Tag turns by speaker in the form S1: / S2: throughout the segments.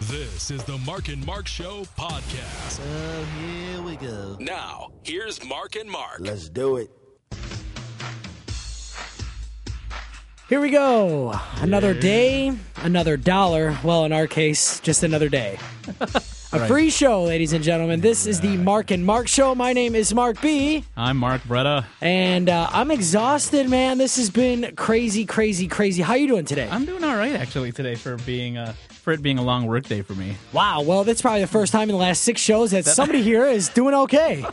S1: This is the Mark and Mark Show podcast.
S2: Oh, here we go.
S1: Now, here's Mark and Mark.
S2: Let's do it.
S3: Here we go. Another day, another dollar. Well, in our case, just another day. A free show, ladies and gentlemen. This is the Mark and Mark Show. My name is Mark B,
S4: I'm Mark Bretta.
S3: and uh, I'm exhausted, man. This has been crazy, crazy, crazy. How you doing today?
S4: I'm doing all right actually today for being uh for it being a long work day for me.
S3: wow. Well, that's probably the first time in the last six shows that somebody here is doing okay.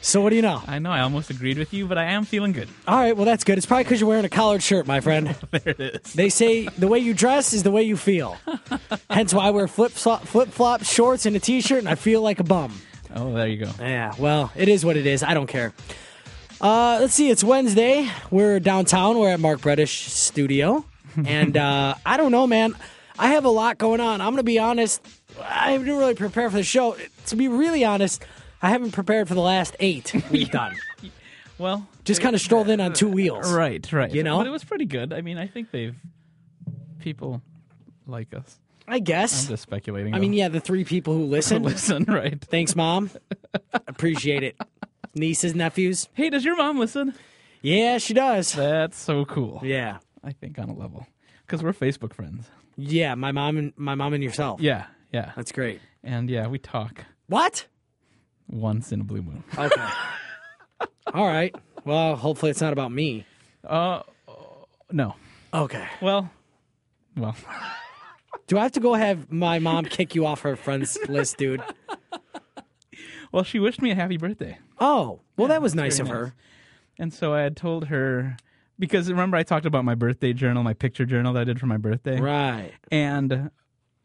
S3: So what do you know?
S4: I know I almost agreed with you, but I am feeling good.
S3: All right. Well, that's good. It's probably because you're wearing a collared shirt, my friend.
S4: There it is.
S3: They say the way you dress is the way you feel. Hence why I wear flip flip flop shorts and a t shirt, and I feel like a bum.
S4: Oh, there you go.
S3: Yeah, well, it is what it is. I don't care. Uh, let's see. It's Wednesday. We're downtown. We're at Mark Bredish Studio, and uh, I don't know, man. I have a lot going on. I'm gonna be honest. I didn't really prepare for the show. To be really honest, I haven't prepared for the last eight we've done.
S4: Well,
S3: Just kind of strolled in on two wheels.
S4: right, right.
S3: You know?
S4: but it was pretty good. I mean, I think they've people like us.
S3: I
S4: I'm
S3: guess.
S4: just speculating.
S3: I mean, yeah, the three people who
S4: though.
S3: listen.
S4: listen, right?
S3: Thanks, mom. Appreciate it. Nieces, nephews.
S4: Hey, does your mom listen?
S3: Yeah, she does.
S4: That's so cool.
S3: Yeah,
S4: I think on a level because we're Facebook friends.
S3: yeah. My mom and my mom and yourself.
S4: Yeah, yeah,
S3: That's great.
S4: and yeah, we talk
S3: What?
S4: once in a blue moon.
S3: Okay. All right. Well, hopefully it's not about me.
S4: No,
S3: Okay.
S4: Uh, well, well,
S3: Do I have to go have my mom kick you off her friends list, dude?
S4: well. She wished me a happy birthday.
S3: Oh, well, that was nice of
S4: very nice.
S3: her.
S4: And so I had told her because remember I talked about my birthday journal, my picture journal that I did for my birthday.
S3: Right.
S4: And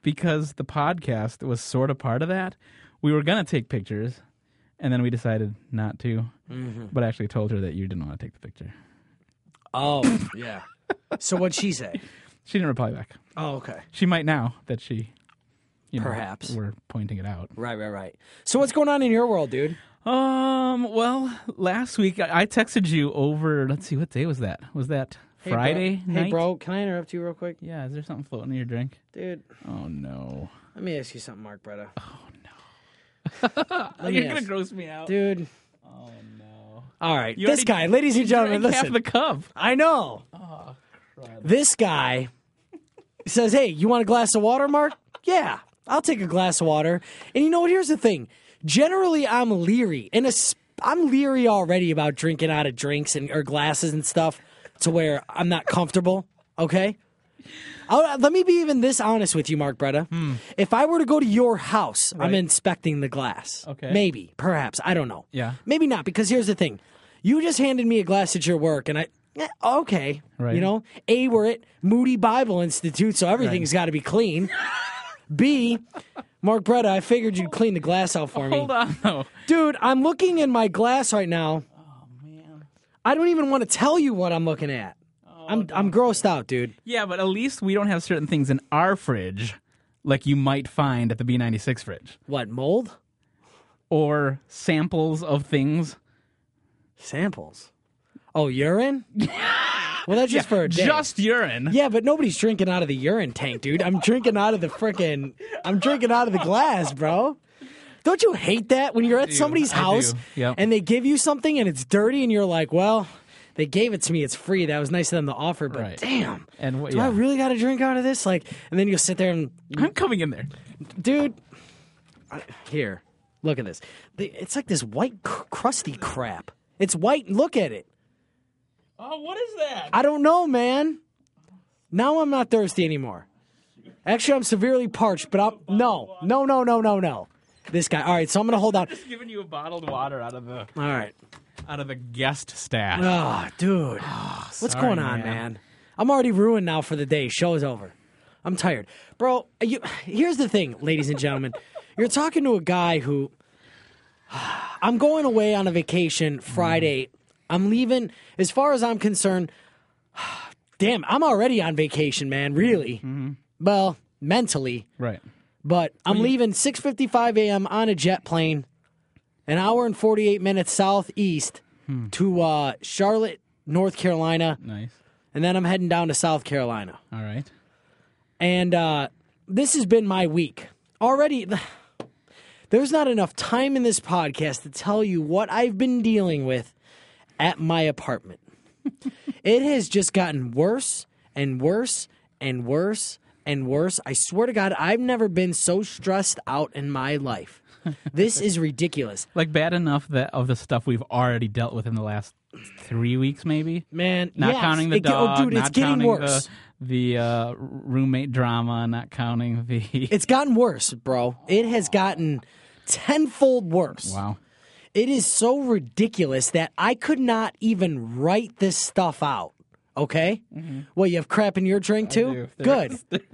S4: because the podcast was sort of part of that, we were going to take pictures and then we decided not to.
S3: Mm-hmm.
S4: But I actually told her that you didn't want to take the picture.
S3: Oh, yeah. So what'd she say?
S4: She didn't reply back.
S3: Oh, okay.
S4: She might now that she you know,
S3: Perhaps.
S4: we're pointing it out.
S3: Right, right, right. So what's going on in your world, dude?
S4: Um, well, last week I I texted you over, let's see what day was that? Was that
S3: Hey, bro-
S4: Friday night?
S3: Hey, bro, can I interrupt you real quick?
S4: Yeah, is there something floating in your drink?
S3: Dude,
S4: Oh no.
S3: let me ask you something, Mark Bretta. Oh, no.
S4: Oh, You're gonna gross me out.
S3: Dude. Oh, no. All right.
S4: You
S3: this guy,
S4: already-
S3: ladies and gentlemen,
S4: Drank half
S3: listen.
S4: the cup.
S3: I know. this guy says, Hey, you want a glass of water, Mark? Yeah, I'll take a glass of water. And you know what? Here's the thing. Generally, I'm leery, and es- I'm leery already about drinking out of drinks and or glasses and stuff to where I'm not comfortable. Okay? I'll, let me be even this honest with you, Mark Bretta. If I were to go to your house, I'm
S4: Hmm. Right.
S3: inspecting the glass.
S4: Okay.
S3: Maybe, perhaps. I don't know.
S4: Yeah.
S3: Maybe not, because here's the thing. You just handed me a glass at your work, and I, eh, okay.
S4: Right.
S3: You know, A, we're at Moody Bible Institute, so everything's got to be clean. B, Mark Bretta, I figured you'd clean the glass out for me.
S4: Hold on, though.
S3: Dude, I'm looking in my glass right now. Oh, man. I don't even want to tell you what I'm looking at.
S4: Oh,
S3: I'm, I'm grossed out, dude.
S4: Yeah, but at least we don't have certain things in our fridge like you might find at the B96 fridge
S3: What, mold?
S4: or samples of things
S3: Samples. Oh, urine? well, that's just for a day.
S4: just urine.
S3: Yeah, but nobody's drinking out of the urine tank, dude. I'm drinking out of the frickin' I'm drinking out of the glass, bro. Don't you hate that when you're at somebody's
S4: I
S3: house
S4: do. Yep.
S3: and they give you something and it's dirty and you're like, well, they gave it to me. It's free. That was nice of them to offer, but
S4: Right.
S3: damn.
S4: And what-
S3: do I
S4: yeah.
S3: really got to drink out of this? Like, and then you'll sit there and,
S4: I'm coming in there.
S3: dude, I- here, look at this. The- It's like this white, cr- crusty crap. It's white. Look at it.
S4: Oh, what is that?
S3: I don't know, man. Now I'm not thirsty anymore. Actually, I'm severely parched, but I'm no, no, no, no, no, no. This guy. All right, so I'm gonna hold on.
S4: Just giving you a bottled water out of the
S3: All right.
S4: out of the guest stash.
S3: Oh, dude, what's
S4: sorry,
S3: going on, man.
S4: man.
S3: I'm already ruined now for the day. Show is over. I'm tired, bro. You, here's the thing, ladies and gentlemen. You're talking to a guy who. I'm going away on a vacation Friday. I'm leaving. As far as I'm concerned, damn, I'm already on vacation, man. Really? Well, mentally,
S4: Right.
S3: but I'm leaving 6:55 a.m. on a jet plane, an hour and 48 minutes southeast to uh, Charlotte, North Carolina,
S4: Nice.
S3: and then I'm heading down to South Carolina.
S4: All right.
S3: And uh, this has been my week. Already, there's not enough time in this podcast to tell you what I've been dealing with at my apartment. it has just gotten worse and worse and worse and worse. I swear to God, I've never been so stressed out in my life. This is ridiculous.
S4: Like bad enough that of the stuff we've already dealt with in the last three weeks, maybe.
S3: Man,
S4: Not
S3: yes,
S4: counting the
S3: it, ge-
S4: dog.
S3: Oh, dude,
S4: not
S3: it's getting
S4: counting
S3: worse.
S4: The, the uh, roommate drama. Not counting the.
S3: It's gotten worse, bro. It has gotten tenfold worse.
S4: wow.
S3: It is so ridiculous that I could not even write this stuff out. Okay? Well, you have crap in your drink too?
S4: Mm-hmm. do.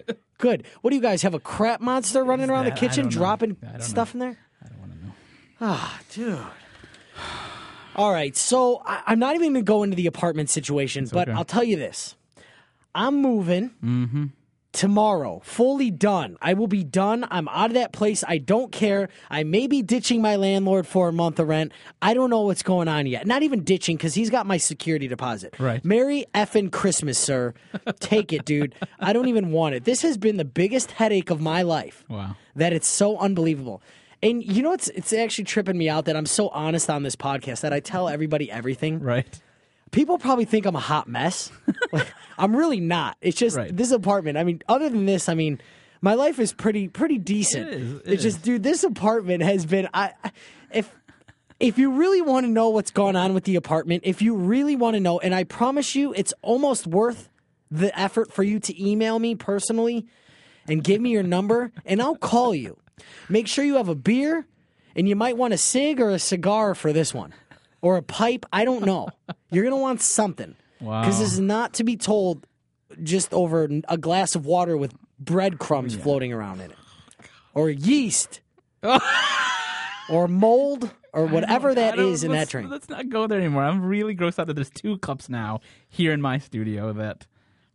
S3: Good. Good. What do you guys have a crap monster running around
S4: that- I
S3: the kitchen
S4: don't know.
S3: dropping
S4: I don't
S3: stuff in there? Ah, dude. All right, so I, I'm not even going to go into the apartment situation, but
S4: okay.
S3: I'll tell you this: I'm moving
S4: Mm-hmm.
S3: tomorrow, fully done. I will be done. I'm out of that place. I don't care. I may be ditching my landlord for a month of rent. I don't know what's going on yet. Not even ditching because he's got my security deposit.
S4: Right.
S3: Merry effing Christmas, sir. Take it, dude. I don't even want it. This has been the biggest headache of my life
S4: Wow.
S3: that it's so unbelievable. And you know it's it's actually tripping me out that I'm so honest on this podcast that I tell everybody everything.
S4: Right.
S3: People probably think I'm a hot mess. Like, I'm really not. It's just
S4: Right.
S3: this apartment. I mean, other than this, I mean, my life is pretty pretty decent.
S4: It is, it
S3: it's just dude, this apartment has been I I- if if you really want to know what's gone on with the apartment, if you really want to know, and I promise you it's almost worth the effort for you to email me personally and give me your number and I'll call you. Make sure you have a beer and you might want a cig or a cigar for this one or a pipe. I don't know. You're going to want something.
S4: Wow.
S3: Because this is not to be told just over a glass of water with breadcrumbs floating around in it or yeast or mold or whatever that
S4: I don't-
S3: is in that
S4: let's-
S3: drink.
S4: Let's not go there anymore. I'm really grossed out that there's two cups now here in my studio. That,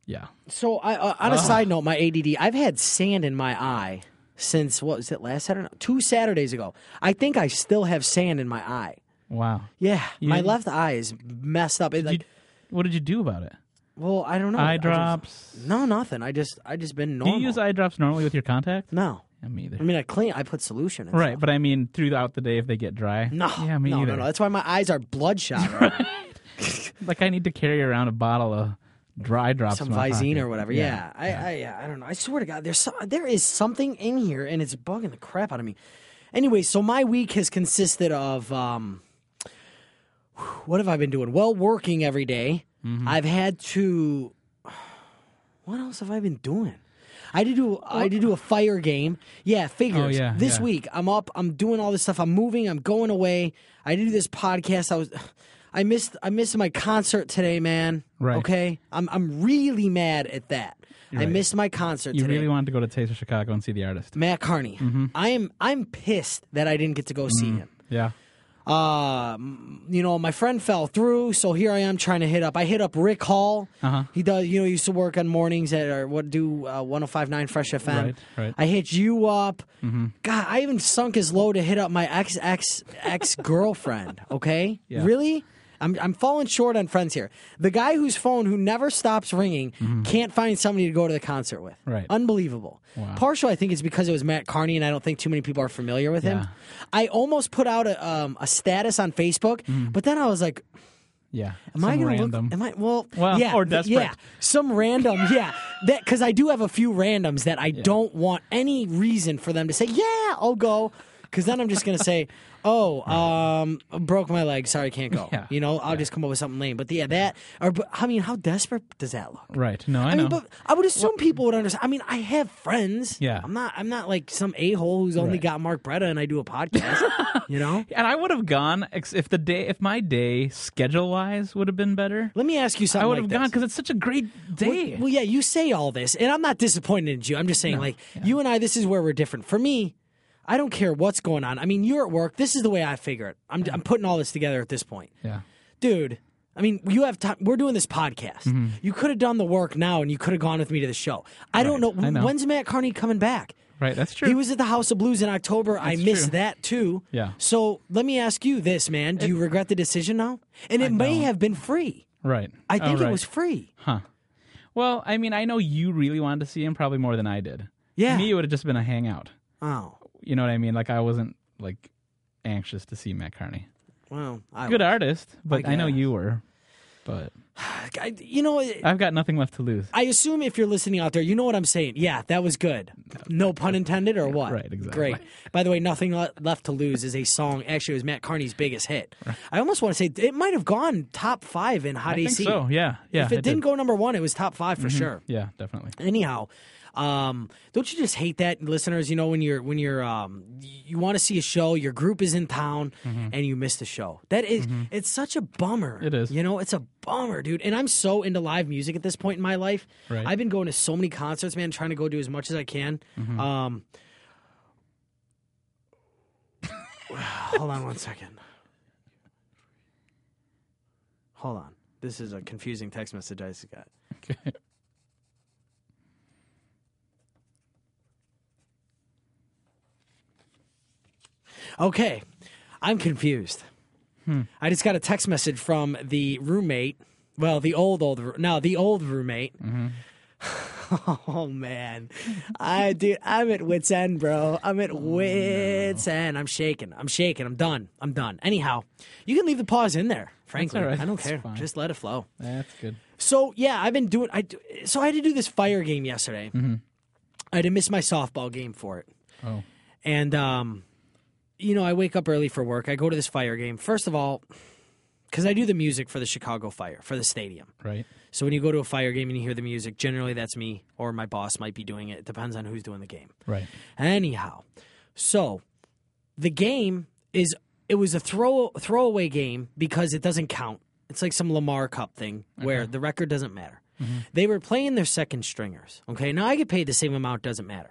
S4: yeah,
S3: So, I, uh,
S4: Ah.
S3: on a side note, my ADD, I've had sand in my eye since what was it last Saturday? No, Two Saturdays ago. I think I still have sand in my eye.
S4: wow.
S3: Yeah, my
S4: You-
S3: left eye is messed up. It's
S4: You-
S3: like,
S4: what did you do about it?
S3: well, I don't know. I
S4: Eye
S3: just-
S4: drops.
S3: no, nothing. I just, I just been
S4: do
S3: normal.
S4: you use eye drops normally with your contact?
S3: no,
S4: Yeah, me either.
S3: I mean, I clean. I put solution. And
S4: Right, but I mean throughout the day if they get dry.
S3: stuff. No,
S4: yeah, me
S3: no,
S4: either.
S3: no, no. That's why my eyes are bloodshot. right now.
S4: Like I need to carry around a bottle of dry drops,
S3: some
S4: in my
S3: Visine
S4: pocket.
S3: or whatever. Yeah, I, I, yeah, I don't know. I swear to God, there's some, there is something in here, and it's bugging the crap out of me. Anyway, so my week has consisted of um, what have I been doing? Well, working every day.
S4: Mm-hmm.
S3: I've had to. What else have I been doing? I did do I did do a fire game. Yeah, figures.
S4: Oh, yeah,
S3: this
S4: yeah.
S3: week I'm up. I'm doing all this stuff. I'm moving. I'm going away. I did this podcast. I was. I missed I missed my concert today, man.
S4: Right.
S3: Okay. I'm I'm really mad at that. I missed my concert
S4: You
S3: today.
S4: really Mm-hmm. wanted to go to Taste of Chicago and see the artist.
S3: Matt Carney. I am I'm pissed that I didn't get to go see
S4: Mm-hmm.
S3: him.
S4: Yeah.
S3: Uh, m- you know, my friend fell through, so here I am trying to hit up. I hit up Rick Hall.
S4: Uh-huh.
S3: He does, you know, he used to work on mornings at or what do uh, 105.9 Fresh FM.
S4: Right, right. Mm-hmm.
S3: I hit you up. God, I even sunk as low to hit up my ex ex ex girlfriend. Okay,
S4: Yeah.
S3: really. I'm, I'm falling short on friends here. The guy whose phone who never stops ringing
S4: Mm-hmm.
S3: can't find somebody to go to the concert with.
S4: Right.
S3: Unbelievable. Partial, I think, is because it was Matt Carney, and I don't think too many people are familiar with him.
S4: Yeah.
S3: I almost put out a, um, a status on Facebook, but then I was like,
S4: Yeah.
S3: "Am
S4: Mm. Some
S3: I going to
S4: random.
S3: look? Am I well?
S4: Well,
S3: yeah,
S4: or
S3: th-
S4: desperate.
S3: Yeah, some random. Yeah, that because I do have a few randoms that I don't want any reason for them to say, "Yeah, I'll go," because then I'm just going to say, "Oh, um, broke my leg. Sorry, can't go."
S4: Yeah.
S3: You know, I'll just come up with something lame. But yeah, that or but, I mean, how desperate does that look?
S4: Right. No, I,
S3: I
S4: know.
S3: mean, but I would assume people would understand. I mean, I have friends.
S4: Yeah.
S3: I'm not. I'm not like some a hole who's only
S4: Right.
S3: got Mark Bretta and I do a podcast. you know.
S4: and I would have gone ex- if the day if my day schedule wise would have been better.
S3: Let me ask you something.
S4: I would
S3: like
S4: have
S3: this.
S4: gone because it's such a great day.
S3: Well, yeah, you say all this, and I'm not disappointed in you. I'm just saying, like, you and I, this is where we're different. For me, I don't care what's going on. I mean, you're at work. This is the way I figure it. I'm, I'm putting all this together at this point.
S4: yeah.
S3: Dude, I mean, you have time. We're doing this podcast.
S4: Mm-hmm.
S3: You could have done the work now, and you could have gone with me to the show. I don't know.
S4: I know.
S3: When's Matt Carney coming back?
S4: Right, that's true.
S3: He was at the House of Blues in October. I missed
S4: true.
S3: that too.
S4: Yeah.
S3: So let me ask you this, man. Do you regret the decision now? And it may have been free.
S4: right.
S3: I
S4: Oh,
S3: think
S4: right.
S3: it was free.
S4: Well, I mean, I know you really wanted to see him probably more than I did.
S3: Yeah.
S4: Me, it would have just been a hangout.
S3: oh,
S4: You know what I mean? Like I wasn't like anxious to see Matt Carney.
S3: well, I
S4: Good artist, but I, know
S3: guess.
S4: you were. But
S3: I, you know,
S4: I've got nothing left to lose.
S3: I assume if you're listening out there, you know what I'm saying. Yeah, that was good. No pun intended, or what?
S4: right, exactly.
S3: Great. By the way, nothing Le- left to lose is a song. Actually, it was Matt Carney's biggest hit. I almost want to say it might have gone top five in Hot
S4: I think
S3: AC.
S4: so. Yeah. Yeah.
S3: if it,
S4: I did. Mm-hmm.
S3: didn't go number one, it was top five for sure.
S4: Yeah, definitely.
S3: Anyhow, um, don't you just hate that, listeners? You know when you're when you're um, you want to see a show, your group is in town, and you miss the show. That is- it's such a bummer.
S4: Mm-hmm. It is.
S3: You know, it's a bummer, dude. And I'm so into live music at this point in my life.
S4: Right.
S3: I've been going to so many concerts, man. Trying to go do as much as I can.
S4: Mm-hmm.
S3: Um, hold on one second. Hold on. This is a confusing text message I just got.
S4: Okay.
S3: Okay, I'm confused.
S4: Hmm.
S3: I just got a text message from the roommate. Well, the old old roo- no, the old roommate.
S4: Mm-hmm.
S3: oh man, I dude, I'm at wits end, bro. I'm
S4: Oh,
S3: at wits end. I'm shaking. I'm shaking. I'm done. I'm done. Anyhow, you can leave the pause in there. Frankly,
S4: all right.
S3: I don't
S4: That's
S3: care.
S4: fine.
S3: Just let it flow.
S4: That's good.
S3: So yeah, I've been doing. I do- so I had to do this fire game yesterday.
S4: Mm-hmm.
S3: I had to miss my softball game for it
S4: Oh.
S3: and um, you know, I wake up early for work. I go to this fire game. First of all, because I do the music for the Chicago Fire for the stadium.
S4: Right.
S3: So when you go to a fire game and you hear the music, generally that's me or my boss might be doing it. It depends on who's doing the game.
S4: Right.
S3: Anyhow, so the game is it was a throw throwaway game because it doesn't count. It's like some Lamar Cup thing where the record doesn't matter. They were playing their second stringers. Okay, now I get paid the same amount, doesn't matter.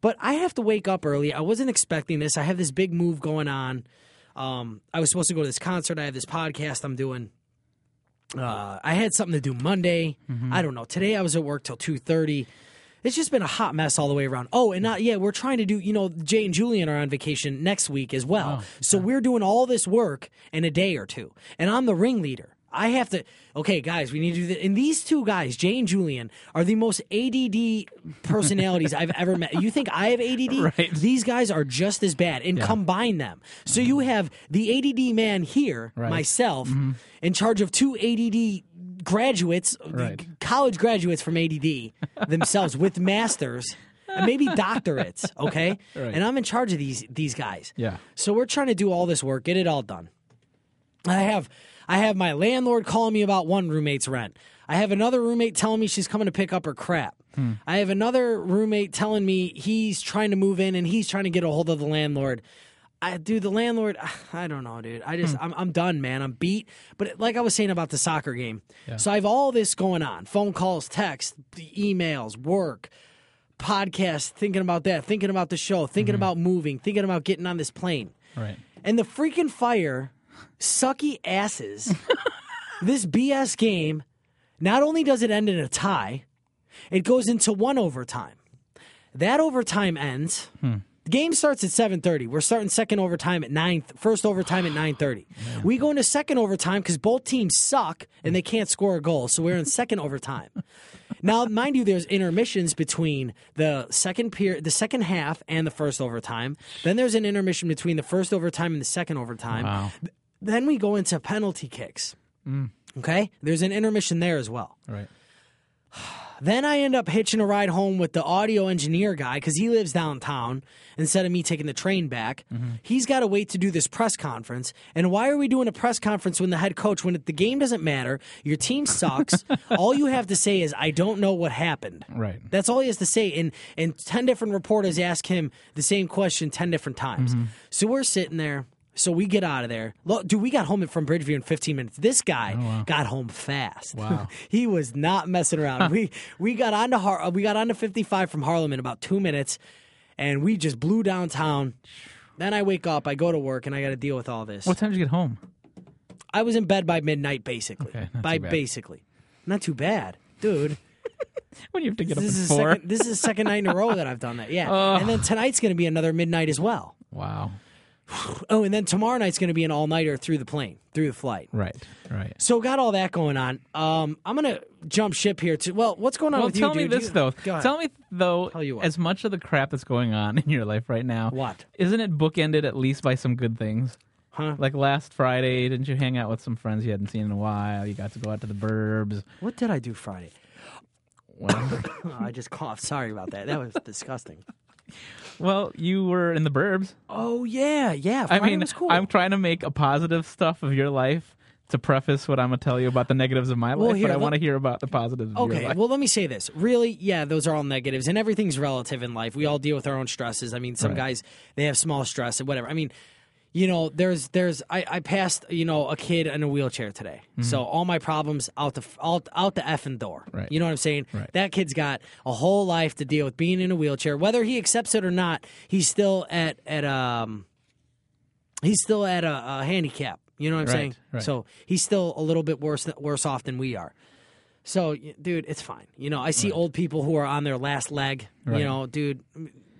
S3: But I have to wake up early. I wasn't expecting this. I have this big move going on. Um, I was supposed to go to this concert. I have this podcast I'm doing. Uh, I had something to do Monday.
S4: Mm-hmm.
S3: I don't know. Today I was at work till two thirty. It's just been a hot mess all the way around. Oh, and not yeah, we're trying to do. You know, Jay and Julian are on vacation next week as
S4: Oh,
S3: well, so we're doing all this work in a day or two, and I'm the ringleader. I have to. Okay, guys, we need to do this. And these two guys, Jay and Julian, are the most ADD personalities I've ever met. You think I have ADD?
S4: Right.
S3: These guys are just as bad, and combine them. So you have the ADD man here,
S4: Mm-hmm. Right.
S3: myself,
S4: Mm-hmm.
S3: in charge of two ADD graduates,
S4: Right.
S3: college graduates from ADD themselves with masters, and maybe doctorates. Okay,
S4: Right.
S3: and I'm in charge of these these guys.
S4: Yeah.
S3: So we're trying to do all this work, get it all done. I have I have my landlord calling me about one roommate's rent. I have another roommate telling me she's coming to pick up her crap. I have another roommate telling me he's trying to move in and he's trying to get a hold of the landlord. I dude, the landlord, I don't know, dude. I just I'm I'm done, man. I'm beat. But like I was saying about the soccer game. So I have all this going on. Phone calls, texts, emails, work podcast, thinking about that, thinking about the show, thinking about moving, thinking about getting on this plane.
S4: Right.
S3: And the freaking fire, sucky asses, this BS game, not only does it end in a tie, it goes into one overtime. That overtime ends. The game starts at 7:30. We're starting second overtime at 9 first overtime at 9:30. we go into second overtime cuz both teams suck and they can't score a goal, so we're in second overtime. Now, mind you, there's intermissions between the second period, the second half, and the first overtime. Then there's an intermission between the first overtime and the second overtime.
S4: Wow.
S3: Th- Then we go into penalty kicks. Okay, there's an intermission there as well.
S4: Right.
S3: Then I end up hitching a ride home with the audio engineer guy because he lives downtown. Instead of me taking the train back, he's got to wait to do this press conference. And why are we doing a press conference when the head coach, when the game doesn't matter, your team sucks? all you have to say is, "I don't know what happened."
S4: Right.
S3: That's all he has to say. And and ten different reporters ask him the same question ten different times.
S4: Mm-hmm.
S3: So we're sitting there. So we get out of there. Look, dude, we got home from Bridgeview in 15 minutes. This guy got home fast.
S4: Oh, Wow.
S3: he was not messing around. we we got onto Har- uh, we got onto 55 from Harlem in about two minutes, and we just blew downtown. Then I wake up, I go to work, and I got to deal with all this.
S4: What time did you get home?
S3: I was in bed by midnight, basically.
S4: Okay, not
S3: by
S4: too bad.
S3: basically, not too bad, dude
S4: When you have to get up
S3: this
S4: at
S3: is
S4: four. Oh.
S3: A second, this is the second night in a row that I've done that. Yeah, and then tonight's going to be another midnight as well.
S4: Wow.
S3: Oh, and then tomorrow night's going to be an all nighter through the plane, through the flight.
S4: Right, right.
S3: So got all that going on. Um, I'm gonna jump ship here to. Well, what's going on
S4: Well,
S3: with
S4: tell
S3: you,
S4: me
S3: dude?
S4: this
S3: You-
S4: though.
S3: Go ahead.
S4: Tell me though,
S3: Tell you what.
S4: as much of the crap that's going on in your life right now,
S3: What?
S4: isn't it bookended at least by some good things?
S3: Huh?
S4: Like last Friday, didn't you hang out with some friends you hadn't seen in a while? You got to go out to the burbs.
S3: What did I do Friday?
S4: Well,
S3: Oh, I just coughed. Sorry about that. That was disgusting.
S4: well, you were in the burbs.
S3: Oh yeah, yeah.
S4: I
S3: Friday
S4: mean,
S3: was cool.
S4: I'm trying to make a positive stuff of your life to preface what I'm gonna tell you about the negatives of my
S3: Well,
S4: life,
S3: here,
S4: but I
S3: let-
S4: want to hear about the positives. Of your
S3: Okay,
S4: life.
S3: well, let me say this. Really, yeah, those are all negatives, and everything's relative in life. We all deal with our own stresses. I mean, some guys they have small stress and whatever. I mean, you know, there's there's I, I passed you know a kid in a wheelchair today, so all my problems out the f- out out the effing door.
S4: Mm-hmm. Right.
S3: You know what I'm saying?
S4: Right.
S3: That kid's got a whole life to deal with being in a wheelchair, whether he accepts it or not. He's still at at um he's still at a, a handicap. You know what I'm
S4: Right,
S3: saying?
S4: right.
S3: So he's still a little bit worse worse off than we are. So, y- dude, it's fine. You know, I see old people who are on their last leg. You
S4: Right.
S3: know, dude,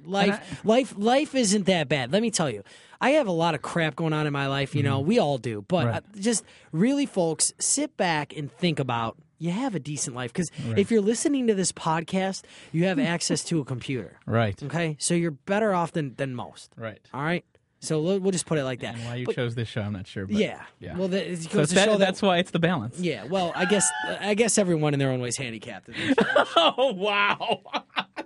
S3: life, life, life isn't that bad. Let me tell you, I have a lot of crap going on in my life. You know, we all do. But
S4: Mm-hmm. Right.
S3: uh, just really, folks, sit back and think about you have a decent life because if you're listening to this podcast, you have access to a computer.
S4: right,
S3: Okay, so you're better off than than most.
S4: right.
S3: All right, so we'll we'll just put it like that.
S4: And why you
S3: But-
S4: chose this show, I'm not sure. But
S3: yeah.
S4: yeah.
S3: Well, that, it
S4: so
S3: goes to
S4: that-
S3: show that-
S4: that's why it's the balance.
S3: yeah, well, I guess I guess everyone in their own way is handicapped.
S4: Oh wow!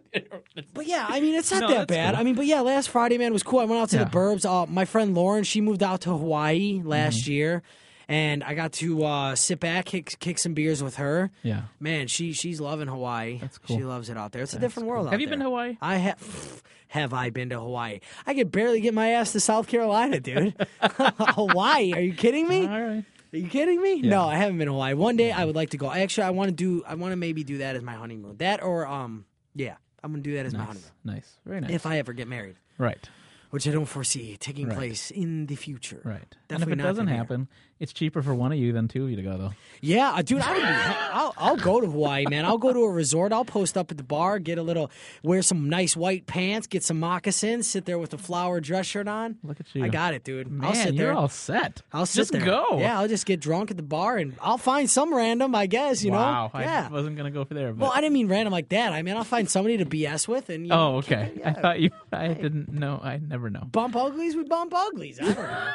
S3: But yeah, I mean, it's not
S4: No,
S3: that
S4: that's
S3: bad.
S4: cool.
S3: I mean, but yeah, last Friday, man, was cool. I went out to the
S4: Yeah.
S3: burbs. Uh, my friend Lauren, she moved out to Hawaii last
S4: Mm-hmm.
S3: year, and I got to uh, sit back, kick, kick some beers with her.
S4: yeah.
S3: Man, she she's loving Hawaii. That's
S4: cool.
S3: She loves it out there. It's a different world. out
S4: Have you been
S3: there.
S4: to Hawaii?
S3: I have. Have I been to Hawaii? I could barely get my ass to South Carolina, dude. Hawaii? Are you kidding me?
S4: All right.
S3: Are you kidding me? No, I haven't been to Hawaii. One day I would like to go. Actually, I want to do. I want to maybe do that as my honeymoon. That or um, yeah, I'm gonna do that as my honeymoon
S4: Nice. Nice. Very nice.
S3: if I ever get married,
S4: right.
S3: which I don't foresee taking place in the future.
S4: Right. and if
S3: Definitely
S4: it
S3: not
S4: doesn't
S3: gonna be-
S4: happen, it's cheaper for one of you than two of you to go though.
S3: Yeah, uh, dude, I would be, I'll, I'll go to Hawaii, man. I'll go to a resort. I'll post up at the bar, get a little, wear some nice white pants, get some moccasins, sit there with a flower dress shirt on.
S4: Look at you.
S3: I got it, dude.
S4: Man,
S3: I'll sit there.
S4: you're all set.
S3: I'll sit
S4: just
S3: there.
S4: go.
S3: Yeah, I'll just get drunk at the bar and I'll find some random, I guess, you
S4: wow.
S3: know? Yeah.
S4: I wasn't gonna go for there. But...
S3: well, I didn't mean random like that. I mean, I'll find somebody to BS with and you know,
S4: oh, okay. I thought you. I didn't know. I never know.
S3: bump uglies with bump uglies. I don't know.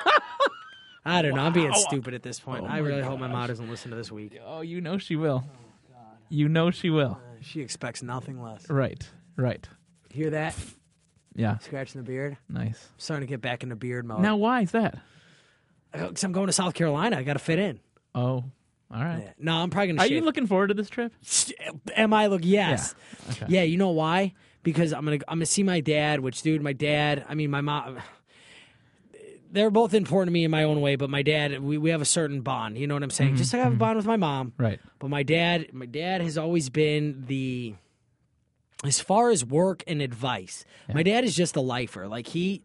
S3: I don't know. I'm being stupid at this point. I really hope my mom doesn't listen to this week.
S4: Oh, you know she will. You know she will.
S3: She expects nothing less.
S4: Right. Right.
S3: Hear that?
S4: Yeah.
S3: Scratching the beard. I'm
S4: Nice.
S3: starting to get back into beard mode.
S4: Now, why is that?
S3: 'Cause I'm going to South Carolina. I got to fit in.
S4: Oh, all right.
S3: Yeah. No, I'm probably going to
S4: Are
S3: shave.
S4: you looking forward to this trip?
S3: Am I look? Yes.
S4: Yeah. Okay.
S3: Yeah, you know why? Because I'm gonna I'm gonna see my dad. Which, dude, my dad. I mean, my mom. They're both important to me in my own way, but my dad. We, we have a certain bond. You know what I'm saying? Just like I have a bond with my mom.
S4: Right.
S3: But my dad, my dad has always been the as far as work and advice. My dad is just a lifer. Like he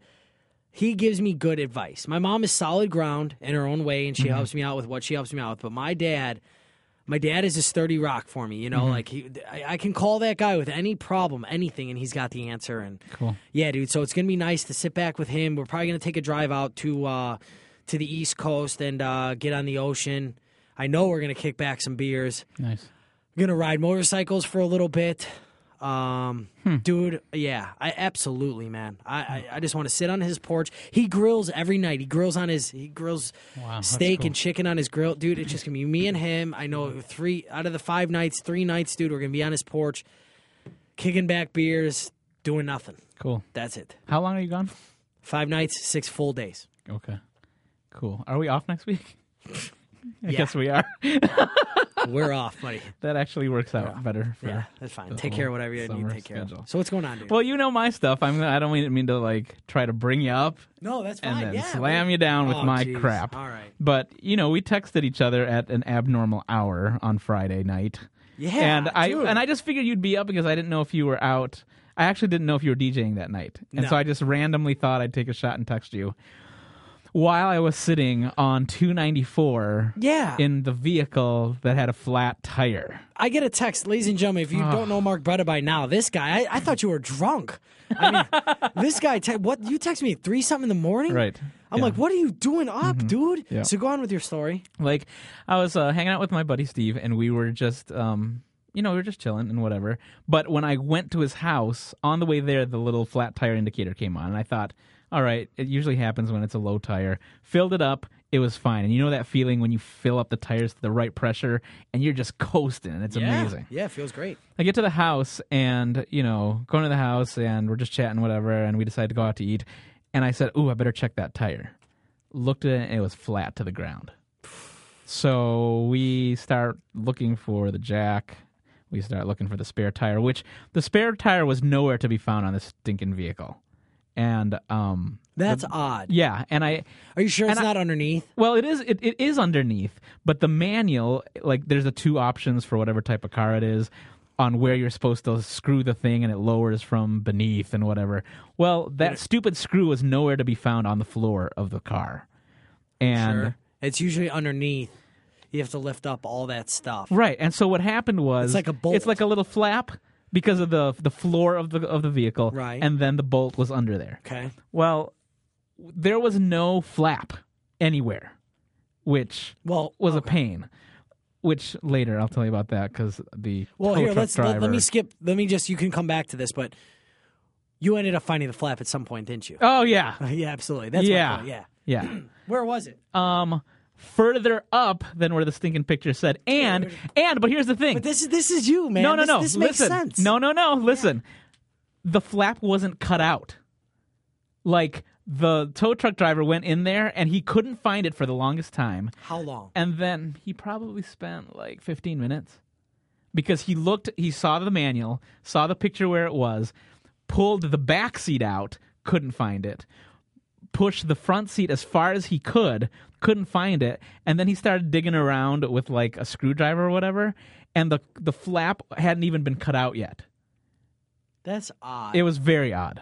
S3: he gives me good advice. My mom is solid ground in her own way and she helps me out with what she helps me out with, but my dad my dad is a sturdy rock for me, you know. Like he, I, I can call that guy with any problem, anything, and he's got the answer. And
S4: Cool.
S3: yeah, dude. So it's gonna be nice to sit back with him. We're probably gonna take a drive out to uh, to the East Coast and uh, get on the ocean. I know we're gonna kick back some beers.
S4: Nice.
S3: I'm gonna ride motorcycles for a little bit. Um,
S4: Hmm.
S3: dude, yeah, I absolutely, man. I I, I just want to sit on his porch. He grills every night. He grills on his he grills
S4: Wow, that's
S3: steak
S4: cool.
S3: and chicken on his grill, dude. It's just gonna be me and him. I know three out of the five nights, three nights, dude. We're gonna be on his porch, kicking back beers, doing nothing.
S4: Cool.
S3: That's it.
S4: How long are you gone?
S3: Five nights, six full days.
S4: Okay. Cool. Are we off next week?
S3: Yeah.
S4: I guess we are.
S3: We're off, buddy.
S4: that actually works out better. For,
S3: Yeah, that's fine.
S4: The
S3: Take care of
S4: whole
S3: whatever you need
S4: summer
S3: to take care
S4: schedule.
S3: of. So what's going on, dude?
S4: Well, you know my stuff. I'm. I don't mean mean to like try to bring you up
S3: no, that's fine.
S4: and then
S3: yeah,
S4: slam
S3: man.
S4: you down with
S3: Oh,
S4: my
S3: jeez.
S4: crap.
S3: All right.
S4: But you know, we texted each other at an abnormal hour on Friday night.
S3: Yeah,
S4: and I
S3: dude.
S4: and I just figured you'd be up because I didn't know if you were out. I actually didn't know if you were DJing that night, and
S3: No.
S4: so I just randomly thought I'd take a shot and text you. while I was sitting on 294
S3: Yeah.
S4: in the vehicle that had a flat tire.
S3: I get a text, ladies and gentlemen. If you don't know Mark Bretta by now, this guy, I, I thought you were drunk. I mean, this guy, te- what you text me at three something in the morning?
S4: Right.
S3: I'm
S4: Yeah. Mm-hmm.
S3: like, what are you doing up, dude?
S4: Yeah.
S3: So go on with your story.
S4: Like I was uh, hanging out with my buddy Steve, and we were just, um, you know, we were just chilling and whatever. But when I went to his house on the way there, the little flat tire indicator came on, and I thought, all right, it usually happens when it's a low tire. Filled it up. It was fine, and you know that feeling when you fill up the tires to the right pressure, and you're just coasting. It's amazing.
S3: Yeah, feels great.
S4: I get to the house and, you know, going to the house and we're just chatting, whatever, and we decide to go out to eat. And I said, Ooh, I better check that tire. Looked at it and it was flat to the ground. So we start looking for the jack. We start looking for the spare tire, which the spare tire was nowhere to be found on this stinking vehicle. And um
S3: That's odd.
S4: yeah, and I
S3: Are you sure it's
S4: and I-
S3: not underneath?
S4: well, it is it, it is underneath, but the manual like there's the two options for whatever type of car it is on where you're supposed to screw the thing and it lowers from beneath and whatever. Well, that stupid screw was nowhere to be found on the floor of the car. And
S3: Sure. It's usually underneath. You have to lift up all that stuff.
S4: right, and so what happened was
S3: It's like a bolt.
S4: It's like a little flap because of the the floor of the of the vehicle
S3: Right.
S4: and then the bolt was under there.
S3: Okay.
S4: Well, there was no flap anywhere, which
S3: Well,
S4: was a pain. Which later I'll tell you about that because the
S3: well,
S4: tow
S3: here
S4: truck
S3: let's
S4: driver.
S3: let, let me skip. Let me just. You can come back to this, but you ended up finding the flap at some point, didn't you?
S4: oh yeah,
S3: yeah, absolutely. That's my
S4: yeah,
S3: point, yeah.
S4: yeah.
S3: Where was it?
S4: um, further up than where the stinking picture said, and and but here's the thing.
S3: But this is this is you, man.
S4: no, no,
S3: This-
S4: no.
S3: This makes
S4: listen,
S3: sense.
S4: no, no, no. Listen, the flap wasn't cut out. Like the tow truck driver went in there and he couldn't find it for the longest time.
S3: How long?
S4: And then he probably spent like 15 minutes because he looked, he saw the manual, saw the picture where it was, pulled the back seat out, couldn't find it, pushed the front seat as far as he could, couldn't find it, and then he started digging around with like a screwdriver or whatever, and the the flap hadn't even been cut out yet.
S3: That's odd.
S4: It was very odd.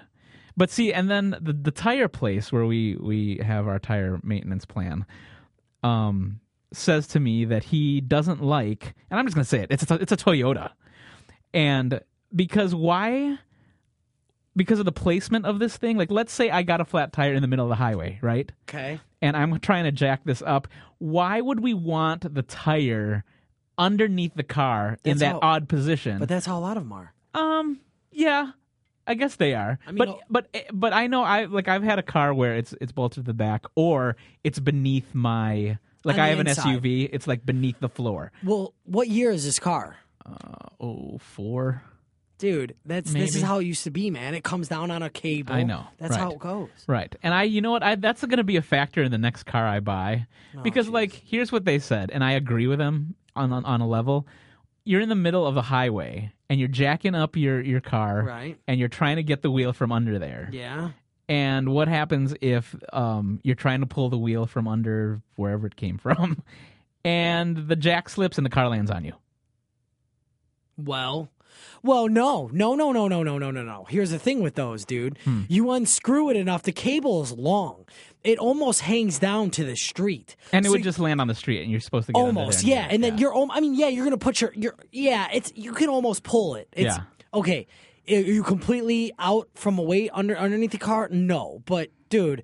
S4: But see, and then the, the tire place where we, we have our tire maintenance plan um, says to me that he doesn't like, and I'm just going to say it, it's a, it's a Toyota. And because why? Because of the placement of this thing. Like, let's say I got a flat tire in the middle of the highway, right?
S3: okay.
S4: And I'm trying to jack this up. Why would we want the tire underneath the car in
S3: That's
S4: that
S3: how-
S4: odd position?
S3: But that's how a lot of them are.
S4: Um, yeah, I guess they are.
S3: mean, oh
S4: but
S3: I'll-
S4: but eh, but I know I like I've had a car where it's it's bolted to the back or it's beneath my like
S3: On the
S4: I have an
S3: inside.
S4: SUV. It's like beneath the floor.
S3: Well, what year is this car?
S4: Oh, four.
S3: Dude, that's this is
S4: Maybe.
S3: how it used to be, man. It comes down on a cable.
S4: I know,
S3: That's
S4: right.
S3: how it goes.
S4: Right, and I you know what I that's going to be a factor in the next car I buy
S3: Oh,
S4: because like here's what they said, and I agree with them on, on on a level. You're in the middle of the highway and you're jacking up your your car
S3: Right.
S4: and you're trying to get the wheel from under there.
S3: Yeah.
S4: And what happens if um, you're trying to pull the wheel from under wherever it came from, and the jack slips and the car lands on you?
S3: Well, well, no, no, no, no, no, no, no, no, no. Here's the thing with those, dude.
S4: Hmm.
S3: You unscrew it enough. The cable is long. It almost hangs down to the street.
S4: And it
S3: So
S4: would just land on the street, and you're supposed to get under
S3: almost,
S4: there
S3: yeah. And then you're, om- I mean, yeah, you're gonna put your, your, yeah. It's you can almost pull it. It's,
S4: Yeah.
S3: Okay. Are you completely out from away under underneath the car? No, but dude,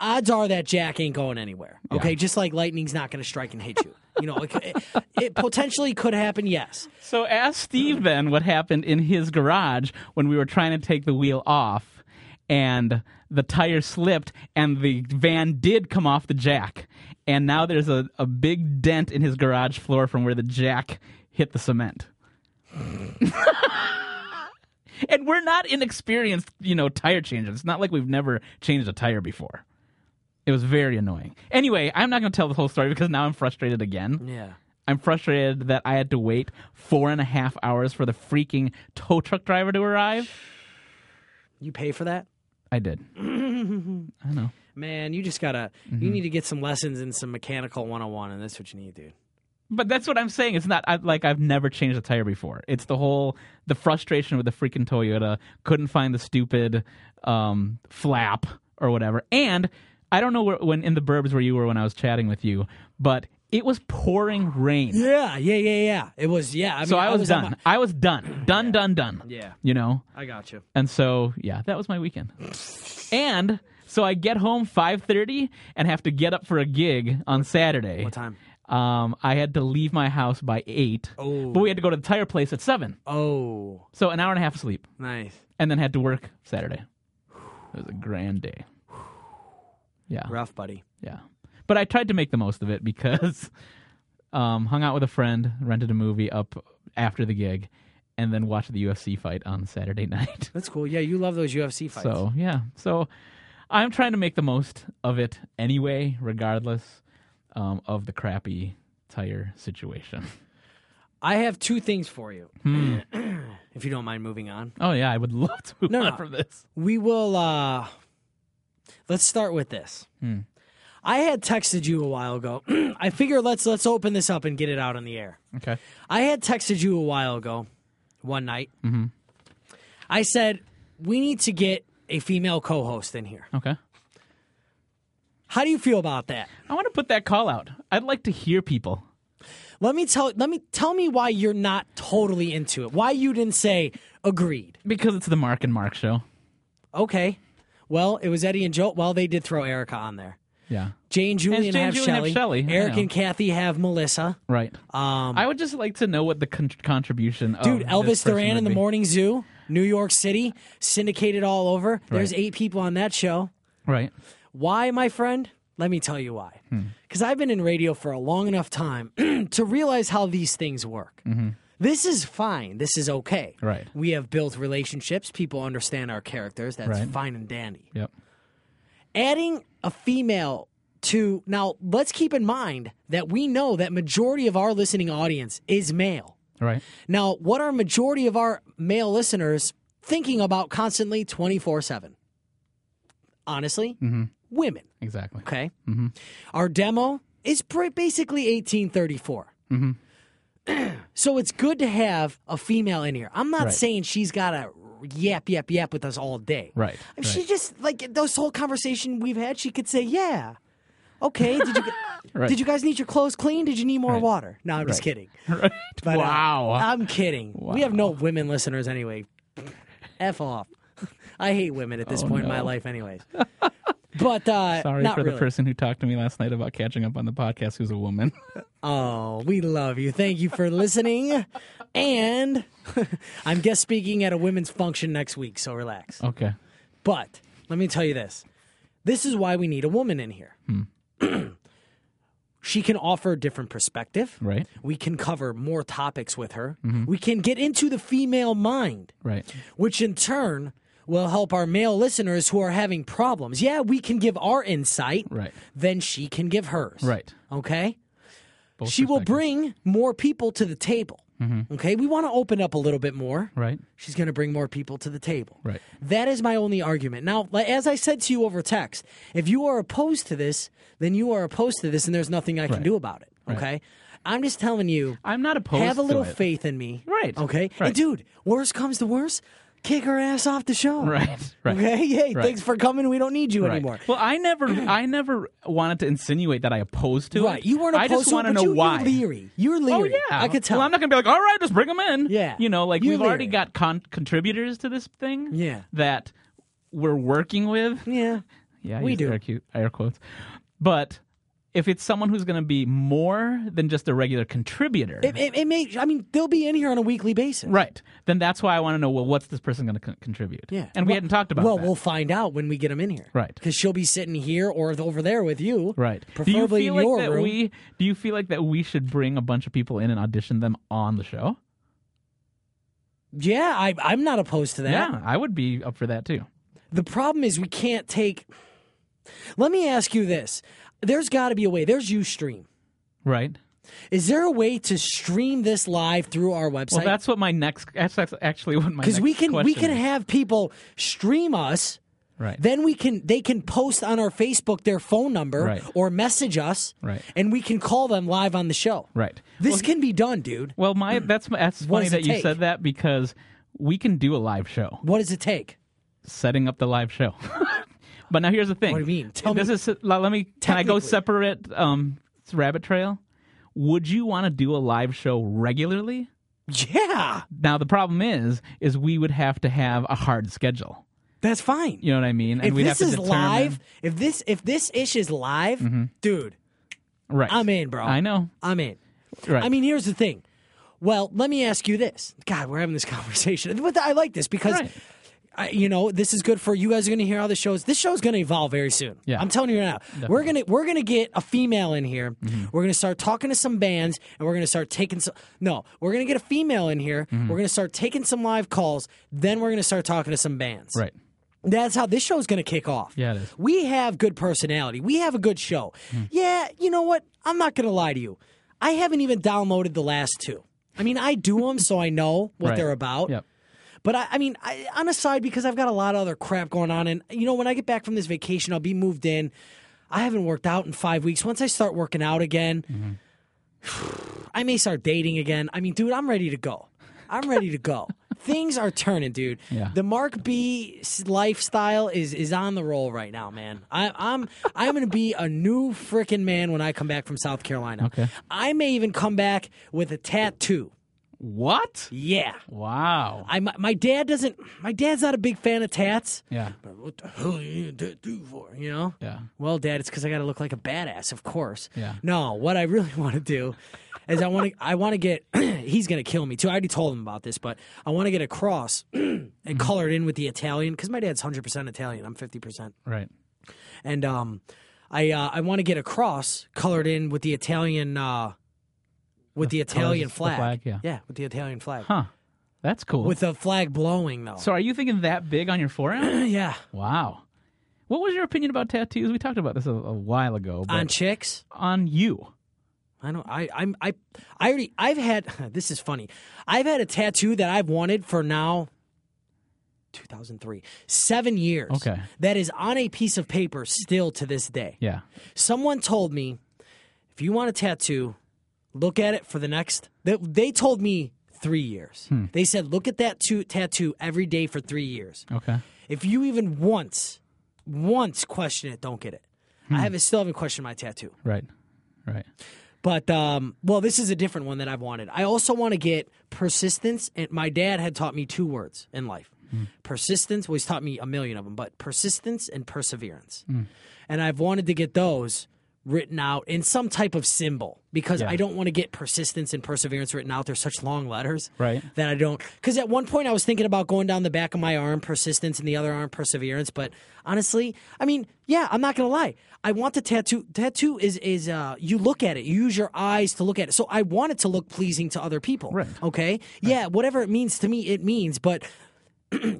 S3: odds are that jack ain't going anywhere. Okay, just like lightning's not gonna strike and hit you. You know, it, it, it potentially could happen. Yes.
S4: So ask Steve then what happened in his garage when we were trying to take the wheel off, and the tire slipped, and the van did come off the jack, and now there's a, a big dent in his garage floor from where the jack hit the cement. and we're not inexperienced, you know, tire changers. It's not like we've never changed a tire before. It was very annoying. Anyway, I'm not going to tell the whole story because now I'm frustrated again.
S3: Yeah.
S4: I'm frustrated that I had to wait four and a half hours for the freaking tow truck driver to arrive.
S3: You pay for that.
S4: I did. I know.
S3: Man, you just gotta.
S4: Mm-hmm.
S3: You need to get some lessons in some mechanical 101, and that's what you need, dude.
S4: But that's what I'm saying. It's not I, like I've never changed a tire before. It's the whole the frustration with the freaking Toyota couldn't find the stupid um, flap or whatever. And I don't know where, when in the burbs where you were when I was chatting with you, but it was pouring rain.
S3: Yeah, yeah, yeah, yeah. It was yeah. I mean,
S4: So I was,
S3: on
S4: done. I was done. Done, done, done.
S5: Yeah.
S4: You know?
S5: I got you.
S4: And so, yeah, that was my weekend. and so I get home 5:30 and have to get up for a gig on Saturday.
S5: What time?
S4: Um, I had to leave my house by 8.
S5: Oh.
S4: But we had to go to the tire place at 7.
S5: Oh,
S4: So an hour and a half of sleep
S5: nice.
S4: and then had to work Saturday. It was a grand day. Yeah.
S5: Rough, buddy.
S4: Yeah. But I tried to make the most of it because um hung out with a friend, rented a movie up after the gig, and then watched the UFC fight on Saturday night.
S3: That's cool. Yeah, you love those UFC fights.
S4: So yeah, so I'm trying to make the most of it anyway, regardless um, of the crappy tire situation.
S5: I have two things for you.
S4: Hmm.
S5: if you don't mind moving on.
S4: Oh yeah, I would love to move
S3: No,
S4: on
S3: no.
S4: from this.
S3: we will uh let's start with this
S4: Hmm.
S3: i had texted you a while ago i figure let's let's open this up and get it out on the air
S4: Okay.
S3: i had texted you a while ago one night
S4: Mm-hmm.
S3: i said we need to get a female co-host in here
S4: Okay.
S3: how do you feel about that
S4: I want to put that call out. I'd like to hear people.
S3: let me tell let me tell me why you're not totally into it why you didn't say agreed
S4: Because it's the Mark and Mark show.
S3: okay well it was eddie and joe well they did throw erica on there
S4: Yeah.
S3: Jane and Julian
S4: Jane,
S3: have
S4: Julian have
S3: Shelly.
S4: Shelley, I
S3: Eric
S4: know.
S3: and Kathy have Melissa.
S4: Right.
S3: Um,
S4: I would just like to know what the con- contribution of
S3: dude,
S4: Oh, this
S3: Elvis
S4: person
S3: Duran
S4: would
S3: in the
S4: be.
S3: Morning Zoo, New York City, syndicated all over. There's
S4: Right.
S3: eight people on that show.
S4: Right.
S3: Why, my friend? Let me tell you why.
S4: Hmm.
S3: Because I've been in radio for a long enough time to realize how these things work. This is fine. This is okay.
S4: Mm-hmm. Right.
S3: We have built relationships. People understand our characters. That's
S4: Right.
S3: fine and dandy.
S4: Yep.
S3: adding a female to now let's keep in mind that we know that majority of our listening audience is male
S4: Right.
S3: now what are majority of our male listeners thinking about constantly 24-7 honestly
S4: Mm-hmm.
S3: women
S4: Exactly.
S3: okay
S4: Mm-hmm.
S3: our demo is pr- basically 1834 so it's good to have a female in here i'm not
S4: Mm-hmm. Right.
S3: saying she's gotta yap yap yap with us all day I
S4: Right.
S3: mean,
S4: Right.
S3: She just like this whole conversation we've had. She could say, "Yeah, okay. Did you
S4: Right.
S3: did you guys need your clothes clean? Did you need more
S4: Right.
S3: water?" No, I'm just
S4: Right.
S3: kidding.
S4: Right.
S3: But, uh,
S4: wow.
S3: I'm kidding. We have no women listeners anyway. F off. I hate women at this
S4: Oh,
S3: point in my
S4: no.
S3: life, anyways. But uh,
S4: Sorry
S3: not
S4: for
S3: really.
S4: the person who talked to me last night about catching up on the podcast who's a woman.
S3: Oh, we love you. Thank you for listening. and I'm guest speaking at a women's function next week, so relax.
S4: okay.
S3: But let me tell you this this is why we need a woman in here.
S4: Hmm.
S3: she can offer a different perspective.
S4: Right. Mm-hmm.
S3: We can cover more topics with her. We can get into the female mind,
S4: Right.
S3: which in turn will help our male listeners who are having problems. Yeah, we can give our insight.
S4: Right.
S3: Then she can give hers.
S4: Right.
S3: Okay.
S4: Both
S3: she will
S4: perspectives. Mm-hmm.
S3: bring more people to the table. Okay. We want to open up a little bit more.
S4: Right.
S3: She's going to bring more people to the table.
S4: Right.
S3: That is my only argument. Now, li- as I said to you over text, if you are opposed to this, then you are opposed to this, and there's nothing I can
S4: Right.
S3: do about it. Okay. I'm just telling you,
S4: I'm not opposed.
S3: have a little
S4: to it.
S3: faith in me.
S4: Right.
S3: Okay.
S4: Right.
S3: And dude, worst comes to worst, kick her ass off the show.
S4: Right. Right.
S3: Okay. Hey,
S4: Right.
S3: thanks for coming. We don't need you
S4: Right.
S3: anymore.
S4: Well, I never, I never wanted to insinuate that I opposed to
S3: Right.
S4: it.
S3: You weren't
S4: I
S3: opposed
S4: just
S3: to
S4: want
S3: it, but
S4: know
S3: you,
S4: why.
S3: you're leery. You're leery.
S4: Oh yeah,
S3: I could tell.
S4: Well, I'm not gonna be like, all right, just bring them in.
S3: Yeah.
S4: you know, like
S3: You're
S4: we've already
S3: leery.
S4: got con- contributors to this thing.
S3: Yeah.
S4: that we're working with.
S3: Yeah.
S4: Yeah, I
S3: We
S4: used
S3: do.
S4: Air, cu- air quotes. But if it's someone who's going to be more than just a regular contributor,
S3: It, it, it may. I mean, they'll be in here on a weekly basis.
S4: right? Then that's why I want to know. Well, what's this person going to con- contribute?
S3: Yeah.
S4: and we
S3: Well-
S4: hadn't talked about.
S3: Well,
S4: that.
S3: we'll find out when we get them in here.
S4: Right.
S3: Because she'll be sitting here or th- over there with you.
S4: Right.
S3: Preferably
S4: do you feel
S3: in your
S4: like that
S3: room.
S4: we do you feel like that we should bring a bunch of people in and audition them on the show?
S3: yeah, I, I'm not opposed to that.
S4: yeah, I would be up for that too.
S3: The problem is we can't take. Let me ask you this. There's got to be a way. There's Ustream.
S4: Right.
S3: Is there a way to stream this live through our website?
S4: Well, that's what my next that's that's actually what my
S3: because
S4: next
S3: we can we
S4: question
S3: can
S4: is.
S3: have people stream us.
S4: right.
S3: Then we can they can post on our Facebook their phone number
S4: Right.
S3: or message us,
S4: Right.
S3: and we can call them live on the show.
S4: right.
S3: This can be done, dude.
S4: Well, my that's that's
S3: What
S4: funny
S3: does
S4: that
S3: it
S4: you
S3: take?
S4: said that because we can do a live show.
S3: What does it take?
S4: Setting up the live show. But now here's the thing.
S3: What do you mean? Tell
S4: this
S3: me-
S4: is let let me can I go
S3: Technically.
S4: separate um rabbit trail? Would you want to do a live show regularly?
S3: Yeah,
S4: Now the problem is is we would have to have a hard schedule.
S3: that's fine.
S4: You know what I mean? And
S3: if
S4: we'd
S3: this
S4: have
S3: is
S4: to determine-
S3: live, if this if this ish is live, dude,
S4: right?
S3: I'm in, bro.
S4: I know.
S3: I'm in.
S4: Right.
S3: I mean, here's the thing. Well, let me ask you this. God, we're having this conversation. But I like this because,
S4: Right.
S3: I, you know, this is good for you guys. Are going to hear all the shows. This show's going to evolve very soon.
S4: Yeah.
S3: I'm telling you right now. We're gonna we're gonna get a female in here.
S4: Mm-hmm.
S3: We're gonna start talking to some bands, and we're gonna start taking some. No, we're gonna get a female in here.
S4: Mm-hmm.
S3: We're gonna start taking some live calls. Then we're gonna start talking to some bands.
S4: right.
S3: That's how this show's going to kick off.
S4: Yeah, it is. Hmm.
S3: We have good personality. We have a good show. Yeah, you know what? I'm not going to lie to you. I haven't even downloaded the last two. I mean, I do them so I know what
S4: Right.
S3: they're about.
S4: Yep.
S3: But I, I mean, I, on a side, because I've got a lot of other crap going on. And, you know, when I get back from this vacation, I'll be moved in. I haven't worked out in five weeks. Once I start working out again, I may start dating again. I mean, dude, I'm ready to go. I'm ready to go. Things are turning, dude.
S4: Yeah.
S3: The Mark B s- lifestyle is is on the roll right now, man. I, I'm I'm gonna be a new freaking man when I come back from South Carolina.
S4: Okay.
S3: I may even come back with a tattoo.
S4: What?
S3: Yeah.
S4: Wow.
S3: I my, my dad doesn't. My dad's not a big fan of tats.
S4: Yeah.
S3: But what the hell are you in a tattoo for? You know.
S4: Yeah.
S3: Well, Dad, it's because I got to look like a badass, of course.
S4: Yeah.
S3: No, what I really want to do is I want to I want to get. he's gonna kill me too. I already told him about this, but I want to get a cross and
S4: Mm-hmm.
S3: color it in with the Italian because my dad's hundred percent Italian. I'm fifty percent,
S4: Right.
S3: and um, I uh, I want to get a cross colored in with the Italian uh, with the,
S4: The colors,
S3: Italian
S4: the
S3: flag.
S4: flag, yeah.
S3: Yeah, with the Italian flag.
S4: Huh. That's cool.
S3: With the flag blowing though.
S4: so are you thinking that big on your forearm?
S3: yeah.
S4: wow. What was your opinion about tattoos? We talked about this a, a while ago. But
S3: on chicks.
S4: on you.
S3: I don't. I. I'm. I. I already. I've had. This is funny. I've had a tattoo that I've wanted for now. 2003, seven years.
S4: Okay.
S3: That is on a piece of paper still to this day.
S4: Yeah.
S3: Someone told me, if you want a tattoo, look at it for the next. They, they told me three years.
S4: Hmm.
S3: They said, look at that to, tattoo every day for three years.
S4: Okay.
S3: If you even once, once question it, don't get it.
S4: Hmm.
S3: I haven't still haven't questioned my tattoo.
S4: Right. Right.
S3: But um, well, this is a different one that I've wanted. I also want to get persistence. And my dad had taught me two words in life: persistence. Well, he's taught me a million of them, but persistence and perseverance. And I've wanted to get those written out in some type of symbol because I don't want to get persistence and perseverance written out. They're such long letters,
S4: Right.
S3: That I don't. Because at one point I was thinking about going down the back of my arm, persistence, and the other arm, perseverance. But honestly, I mean, yeah, I'm not gonna lie. I want the tattoo. Tattoo is is uh, you look at it, you use your eyes to look at it. So I want it to look pleasing to other people.
S4: Right.
S3: Okay. Yeah. Whatever it means to me, it means. But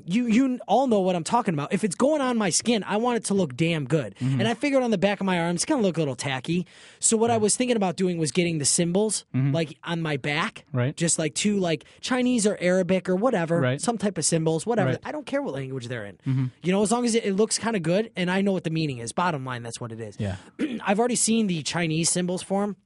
S3: you you all know what I'm talking about. If it's going on my skin, I want it to look damn good.
S4: Mm-hmm.
S3: And I figured on the back of my arm, it's gonna look a little tacky. So what I was thinking about doing was getting the symbols like on my back,
S4: Mm-hmm. Right.
S3: Just like two like Chinese or Arabic or whatever,
S4: Right.
S3: some type of symbols, whatever.
S4: Right. Mm-hmm.
S3: I don't care what language they're in. You know, as long as it, it looks kind of good and I know what the meaning is. Bottom line, that's what it is.
S4: Yeah.
S3: I've already seen the Chinese symbols form.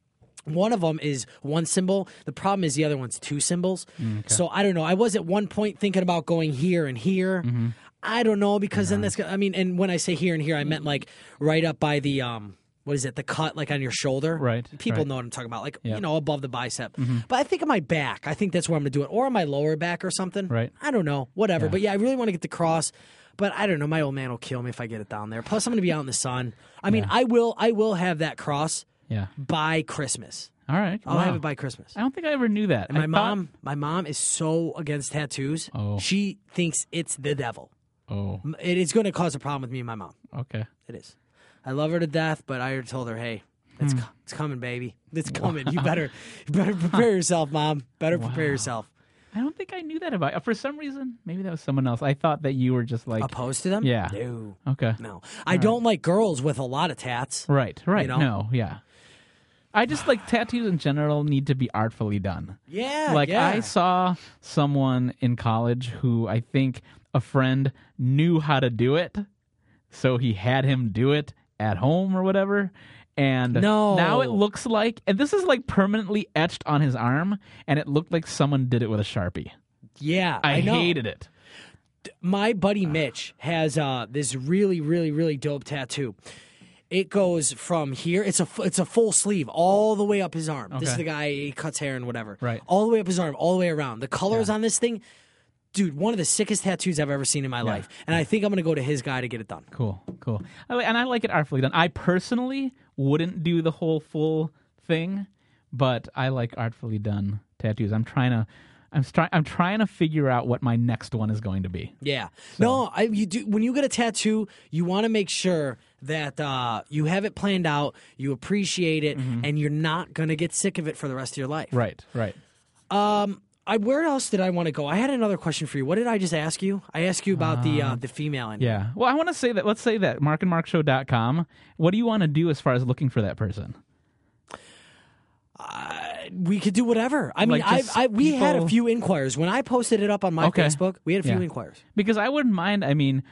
S3: One of them is one symbol. The problem is the other one's two symbols.
S4: Mm,
S3: So I don't know. I was at one point thinking about going here and here.
S4: Mm-hmm.
S3: I don't know because
S4: Uh-huh.
S3: then that's. go- I mean, and when I say here and here, I meant like right up by the um. What is it? The cut, like on your shoulder.
S4: Right,
S3: People
S4: right.
S3: know what I'm talking about. Like
S4: Yeah.
S3: you know, above the bicep.
S4: Mm-hmm.
S3: But I think of my back. I think that's where I'm going to do it, or on my lower back or something.
S4: Right.
S3: I don't know. Whatever. But yeah, I really want to get the cross. But I don't know. My old man will kill me if I get it down there. Plus, I'm going to be out in the sun. I mean, I will. I will have that cross
S4: Yeah.
S3: by Christmas.
S4: All right.
S3: I'll
S4: wow.
S3: have it by Christmas.
S4: I don't think I ever knew that.
S3: And my
S4: I thought-
S3: mom, my mom is so against tattoos.
S4: Oh.
S3: She thinks it's the devil.
S4: Oh.
S3: M- It is going to cause a problem with me and my mom.
S4: Okay.
S3: It is. I love her to death, but I already told her, hey, it's
S4: Hmm.
S3: co- it's coming, baby. It's coming. You better you better prepare yourself, mom. Better prepare yourself.
S4: I don't think I knew that about. For some reason, maybe that was someone else. I thought that you were just like.
S3: Opposed to them?
S4: Yeah.
S3: No.
S4: Okay.
S3: No. I don't like girls with a lot of tats.
S4: Right. Right.
S3: know?
S4: No. Yeah. I just like tattoos in general need to be artfully done.
S3: Yeah.
S4: like
S3: yeah.
S4: I saw someone in college who I think a friend knew how to do it, so he had him do it at home or whatever. And
S3: No.
S4: now it looks like, and this is like permanently etched on his arm, and it looked like someone did it with a sharpie.
S3: Yeah.
S4: I,
S3: know.
S4: hated it.
S3: my buddy Mitch has uh, this really, really, really dope tattoo. It goes from here. It's a f- it's a full sleeve all the way up his arm. This is
S4: Okay.
S3: the guy he cuts hair and whatever.
S4: Right.
S3: All the way up his arm, all the way around. The colors on this thing, dude, one of the sickest tattoos I've ever seen in my life. And I think I'm gonna go to his guy to get it done.
S4: Cool, cool. I li- and I like it artfully done. I personally wouldn't do the whole full thing, but I like artfully done tattoos. I'm trying to, I'm stri- I'm trying to figure out what my next one is going to be.
S3: Yeah. No, I you do when you get a tattoo, you want to make sure that uh, you have it planned out, you appreciate it,
S4: Mm-hmm.
S3: and you're not gonna get sick of it for the rest of your life.
S4: Right, right.
S3: I where else did I want to go? I had another question for you. What did I just ask you? I asked you about the uh, the female end.
S4: Yeah. Well, I want to say that. Let's say that markandmarkshow.com. What do you want to do as far as looking for that person?
S3: uh, We could do whatever. I mean,
S4: Like,
S3: I,
S4: just
S3: I we had a
S4: people-
S3: few inquires when I posted it up on my
S4: Okay.
S3: Facebook. We had a few
S4: Yeah.
S3: inquires.
S4: Because I wouldn't mind. I mean,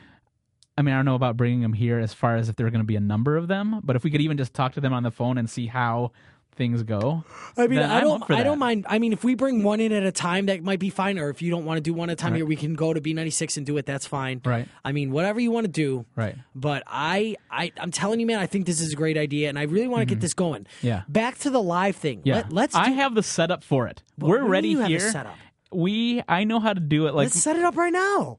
S4: I mean, I don't know about bringing them here as far as if there were going to be a number of them, but if we could even just talk to them on the phone and see how things go.
S3: I mean,
S4: then
S3: I
S4: I'm
S3: don't,
S4: up for
S3: I don't
S4: that. Mm.
S3: mind. I mean, if we bring one in at a time, that might be fine. Or if you don't want to do one at a time here, we can go to B ninety six and do it. That's fine.
S4: Right.
S3: I mean, whatever you want to do.
S4: Right.
S3: But I, I, I'm telling you, man, I think this is a great idea, and I really want to get this going.
S4: Mm-hmm. Yeah.
S3: Back to the live thing.
S4: Yeah.
S3: Let, let's. Do,
S4: I have the setup for it.
S3: what
S4: We're
S3: do
S4: ready
S3: you have a
S4: here.
S3: setup?
S4: We I know how to do it like
S3: let's set it up right now.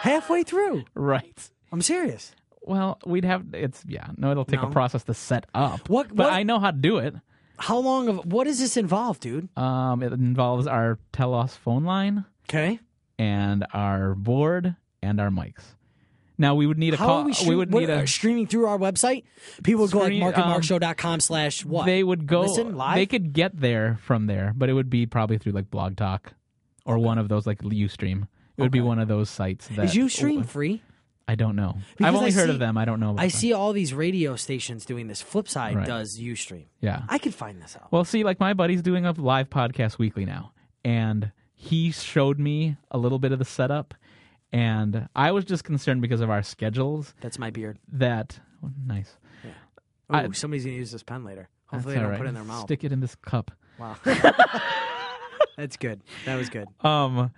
S3: Halfway through.
S4: right.
S3: I'm serious.
S4: Well, we'd have it's yeah, no it'll take
S3: No.
S4: a process to set up.
S3: What-
S4: but
S3: what-
S4: I know how to do it.
S3: How long of what does this involve, dude?
S4: Um it involves our Telos phone line
S3: Okay.
S4: and our board and our mics. Now we would need a
S3: How
S4: call
S3: are we, stream-
S4: would
S3: what-
S4: need a
S3: uh, streaming through our website? People would go like
S4: Screen- um,
S3: markandmarkshow.com slash what?
S4: they would go
S3: Listen live?
S4: they could get there from there, but it would be probably through like Blog Talk or one of those like Ustream. It would be one of those sites that
S3: Is Ustream free?
S4: I don't know.
S3: Because
S4: I've only
S3: I
S4: heard
S3: see-
S4: of them. I don't know. About
S3: I
S4: them.
S3: see all these radio stations doing this. Flipside
S4: Oh Right.
S3: does Ustream.
S4: Yeah.
S3: I could find this out.
S4: Well, see, like my buddy's doing a live podcast weekly now, and he showed me a little bit of the setup, and I was just concerned because of our schedules
S3: That's my beard.
S4: that oh, nice.
S3: Oh,
S4: I-
S3: somebody's gonna use this pen later. Hopefully, they
S4: That's
S3: don't
S4: all right.
S3: put it in their mouth.
S4: Stick it in this cup.
S3: Wow. That's good. That was good.
S4: Um,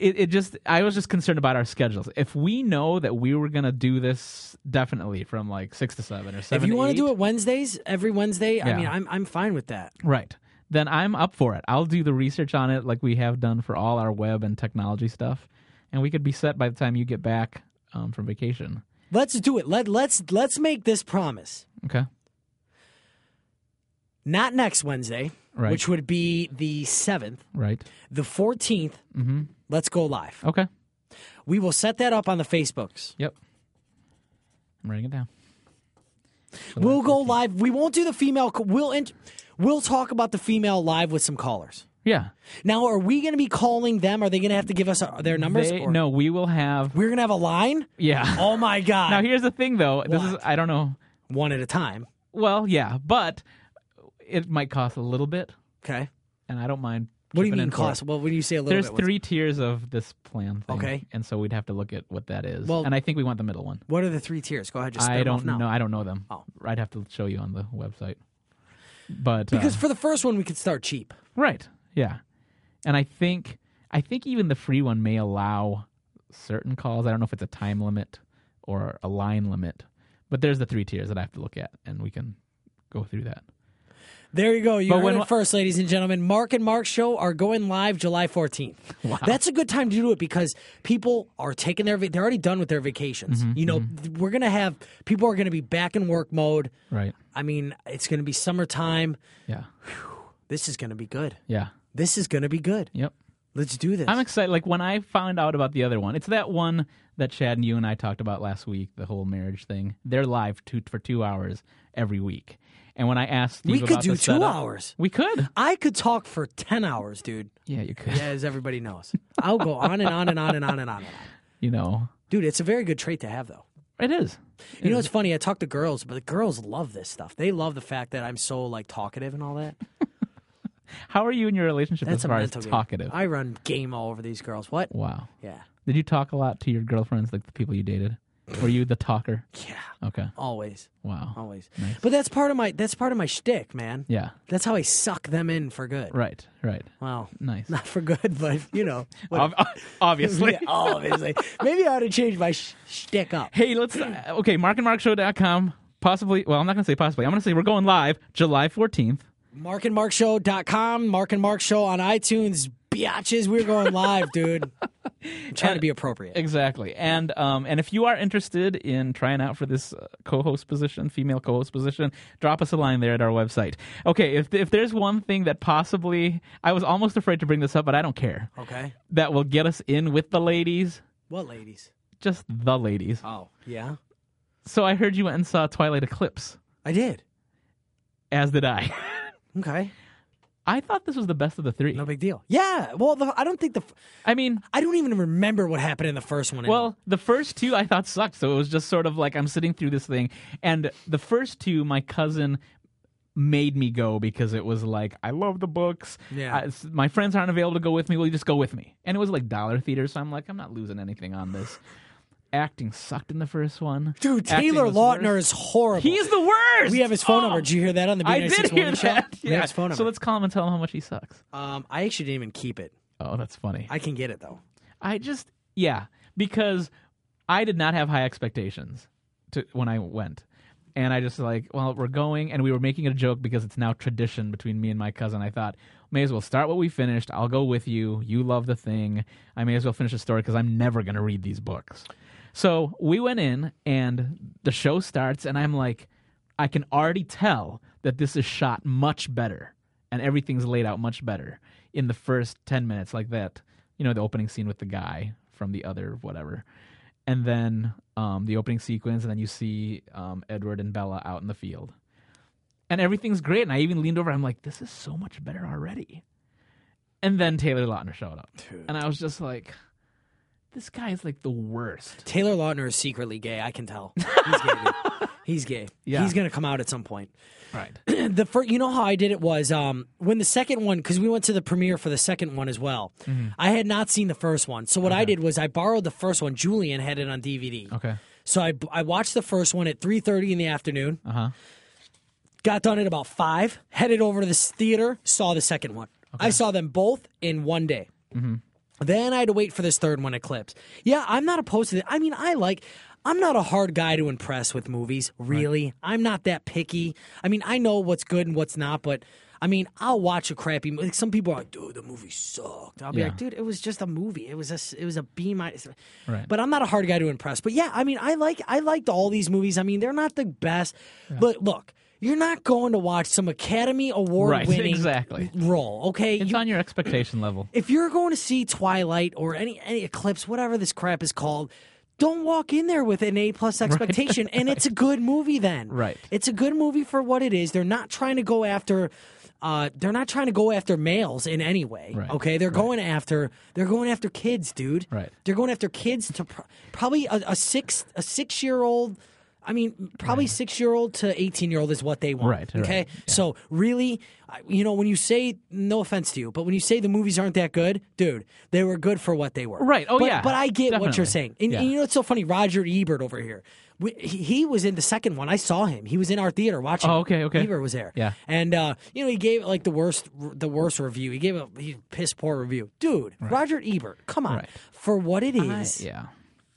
S4: it, it just I was just concerned about our schedules. If we know that we were gonna do this definitely from like six to seven or seven,
S3: If you
S4: want to
S3: do it Wednesdays, every Wednesday, I
S4: Yeah.
S3: mean, I'm I'm fine with that.
S4: Right. Then I'm up for it. I'll do the research on it like we have done for all our web and technology stuff. And we could be set by the time you get back um, from vacation.
S3: Let's do it. Let let's let's make this promise.
S4: Okay.
S3: Not next Wednesday,
S4: Right.
S3: which would be the seventh,
S4: Right.
S3: the 14th
S4: Mm-hmm.
S3: Let's go live.
S4: Okay.
S3: We will set that up on the Facebooks.
S4: Yep. I'm writing it down.
S3: We'll go live. We won't do the female. co- We'll int- we'll talk about the female live with some callers.
S4: Yeah.
S3: Now, are we going to be calling them? Are they going to have to give us uh, their numbers?
S4: They-
S3: or-
S4: no, we will have.
S3: We're going to have a line?
S4: Yeah.
S3: Oh my God.
S4: Now, here's the thing, though. This is,
S3: What?
S4: I don't know.
S3: One at a time.
S4: Well, yeah, but it might cost a little bit,
S3: Okay.
S4: and I don't mind.
S3: What do you
S4: chipping
S3: mean
S4: in for it.
S3: cost? Well, when you say a little
S4: There's
S3: bit, what's-
S4: three tiers of this plan thing.
S3: Okay.
S4: And so we'd have to look at what that is.
S3: Well-
S4: and I think we want the middle one.
S3: What are the three tiers? Go ahead. Just spit
S4: I
S3: 'em off
S4: don't
S3: now.
S4: know. I don't know them.
S3: Oh.
S4: I'd have to show you on the website. But uh,
S3: Because for the first one, we could start cheap.
S4: right, yeah, and I think I think even the free one may allow certain calls. I don't know if it's a time limit or a line limit, but there's the three tiers that I have to look at, and we can go through that.
S3: There you go. You
S4: But
S3: heard
S4: when
S3: it
S4: wa-
S3: first, ladies and gentlemen. Mark and Mark show are going live July 14th. That's a good time to do it because people are taking their. va- They're already done with their vacations.
S4: Mm-hmm,
S3: you know, th- we're gonna have people are gonna be back in work mode.
S4: Right?
S3: I mean, it's gonna be summertime.
S4: Yeah.
S3: This is gonna be good.
S4: Yeah.
S3: This is gonna be good.
S4: Yep.
S3: Let's do this.
S4: I'm excited. Like when I found out about the other one, it's that one that Chad and you and I talked about last week, the whole marriage thing. They're live two for two hours every week. And when I asked, Steve
S3: We could
S4: about
S3: do
S4: the
S3: two
S4: setup-
S3: hours.
S4: We could.
S3: I could talk for ten hours, dude.
S4: Yeah, you could.
S3: As everybody knows, I'll go on and on and on and on and on. And on.
S4: You know,
S3: Dude, it's a very good trait to have, though.
S4: it is.
S3: You know, it's funny. I talk to girls, but the girls love this stuff. They love the fact that I'm so like talkative and all that.
S4: How are you in your relationship
S3: That's
S4: as
S3: a
S4: far as
S3: mental game.
S4: talkative?
S3: I run game all over these girls. What?
S4: Wow.
S3: Yeah.
S4: Did you talk a lot to your girlfriends, like the people you dated? Were you the talker?
S3: Yeah,
S4: Okay.
S3: always,
S4: Wow.
S3: always. But that's part of my that's part of my shtick, man.
S4: Yeah.
S3: That's how I suck them in for good.
S4: Right. Right.
S3: Wow.
S4: Nice.
S3: Not for good, but you know.
S4: Ob- obviously.
S3: Yeah, obviously. Maybe I ought to change my sh- shtick up.
S4: Hey, let's uh, okay, markandmarkshow.com. Possibly, well, I'm not going to say possibly. I'm going to say we're going live July 14th.
S3: markandmarkshow.com, Mark and Mark Show on iTunes. Biatches, we're going live, dude. I'm trying to be appropriate.
S4: Exactly. And um and if you are interested in trying out for this uh, co-host position, female co-host position, drop us a line there at our website. Okay, if if there's one thing that possibly I was almost afraid to bring this up, but I don't care.
S3: Okay.
S4: That will get us in with the ladies,
S3: What ladies?
S4: just the ladies.
S3: Oh, yeah.
S4: So I heard you went and saw Twilight Eclipse,
S3: I did.
S4: as did I.
S3: Okay.
S4: I thought this was the best of the three.
S3: No big deal. Yeah. Well, the, I don't think the. f-
S4: I mean,
S3: I don't even remember what happened in the first one. anymore.
S4: Well, the first two I thought sucked, so it was just sort of like I'm sitting through this thing, and the first two my cousin made me go because it was like I love the books.
S3: Yeah.
S4: I- s- my friends aren't available to go with me. Will you just go with me? And it was like dollar theater, so I'm like I'm not losing anything on this. Acting sucked in the first one.
S3: dude,
S4: Acting
S3: Taylor
S4: was
S3: Lautner is
S4: worse.
S3: horrible.
S4: He's the worst.
S3: we have his phone
S4: Oh,
S3: number. Did you hear that on the B
S4: I did hear
S3: show?
S4: that.
S3: We
S4: Yeah.
S3: have his phone number.
S4: So let's call him and tell him how much he sucks.
S3: um, I actually didn't even keep it.
S4: Oh, that's funny.
S3: I can get it though.
S4: I just yeah, because I did not have high expectations to when I went. And I just like, well, we're going and we were making it a joke because it's now tradition between me and my cousin. I thought, may as well start what we finished. I'll go with you. You love the thing. I may as well finish the story because I'm never going to read these books. So we went in and the show starts and I'm like, I can already tell that this is shot much better and everything's laid out much better in the first 10 minutes like that you know the opening scene with the guy from the other whatever and then um, the opening sequence and then you see um, edward and bella out in the field and everything's great and i even leaned over i'm like this is so much better already and then taylor lautner showed up and i was just like this guy is like the worst
S3: Taylor Lautner is secretly gay. I can tell. He's gay. dude. He's gay.
S4: Yeah.
S3: He's gonna come out at some point.
S4: right
S3: the first, you know how I did it was um when the second one because we went to the premiere for the second one as well.
S4: Mm-hmm.
S3: I had not seen the first one, so what I did was I borrowed the first one. Julian had it on DVD,
S4: okay
S3: so I I watched the first one at three thirty in the afternoon.
S4: uh-huh
S3: Got done at about five. Headed over to this theater. Saw the second one. I saw them both in one day. Then I had to wait for this third one, Eclipse. Yeah, I'm not opposed to that. I mean, I like. I'm not a hard guy to impress with movies, really. I'm not that picky. I mean, I know what's good and what's not, but I mean, I'll watch a crappy movie. Some people are like, "Dude, the movie sucked." I'll be
S4: Yeah.
S3: like, "Dude, it was just a movie. It was a s- it was a B minus."
S4: Right.
S3: But I'm not a hard guy to impress. But yeah, I mean, I like I liked all these movies. I mean, they're not the best, but look, you're not going to watch some Academy Award
S4: Right,
S3: winning
S4: exactly.
S3: role, okay?
S4: it's
S3: You-
S4: on your expectation level
S3: if you're going to see Twilight or any any Eclipse, whatever this crap is called, don't walk in there with an A plus expectation. And it's a good movie then.
S4: Right.
S3: It's a good movie for what it is. They're not trying to go after. Uh, they're not trying to go after males in any way.
S4: Right.
S3: Okay, they're going after they're going after kids, dude.
S4: Right.
S3: They're going after kids to pro- probably a, a six a six year old. I mean, probably six year old to eighteen year old is what they want.
S4: Right, right.
S3: Okay. So really, I- you know, when you say no offense to you, but when you say the movies aren't that good, dude, they were good for what they were.
S4: Right. Oh,
S3: but,
S4: yeah.
S3: But I get what you're
S4: Definitely.
S3: saying, and, and
S4: Yeah.
S3: you know it's so funny. Roger Ebert over here, we, he, he was in the second one. I saw him. He was in our theater watching.
S4: Oh, okay, okay.
S3: Ebert was there.
S4: Yeah.
S3: And uh, you know he gave it like the worst, the worst review. He gave a he piss poor review, dude. Roger Ebert, come on,
S4: Right.
S3: for what it is,
S4: yeah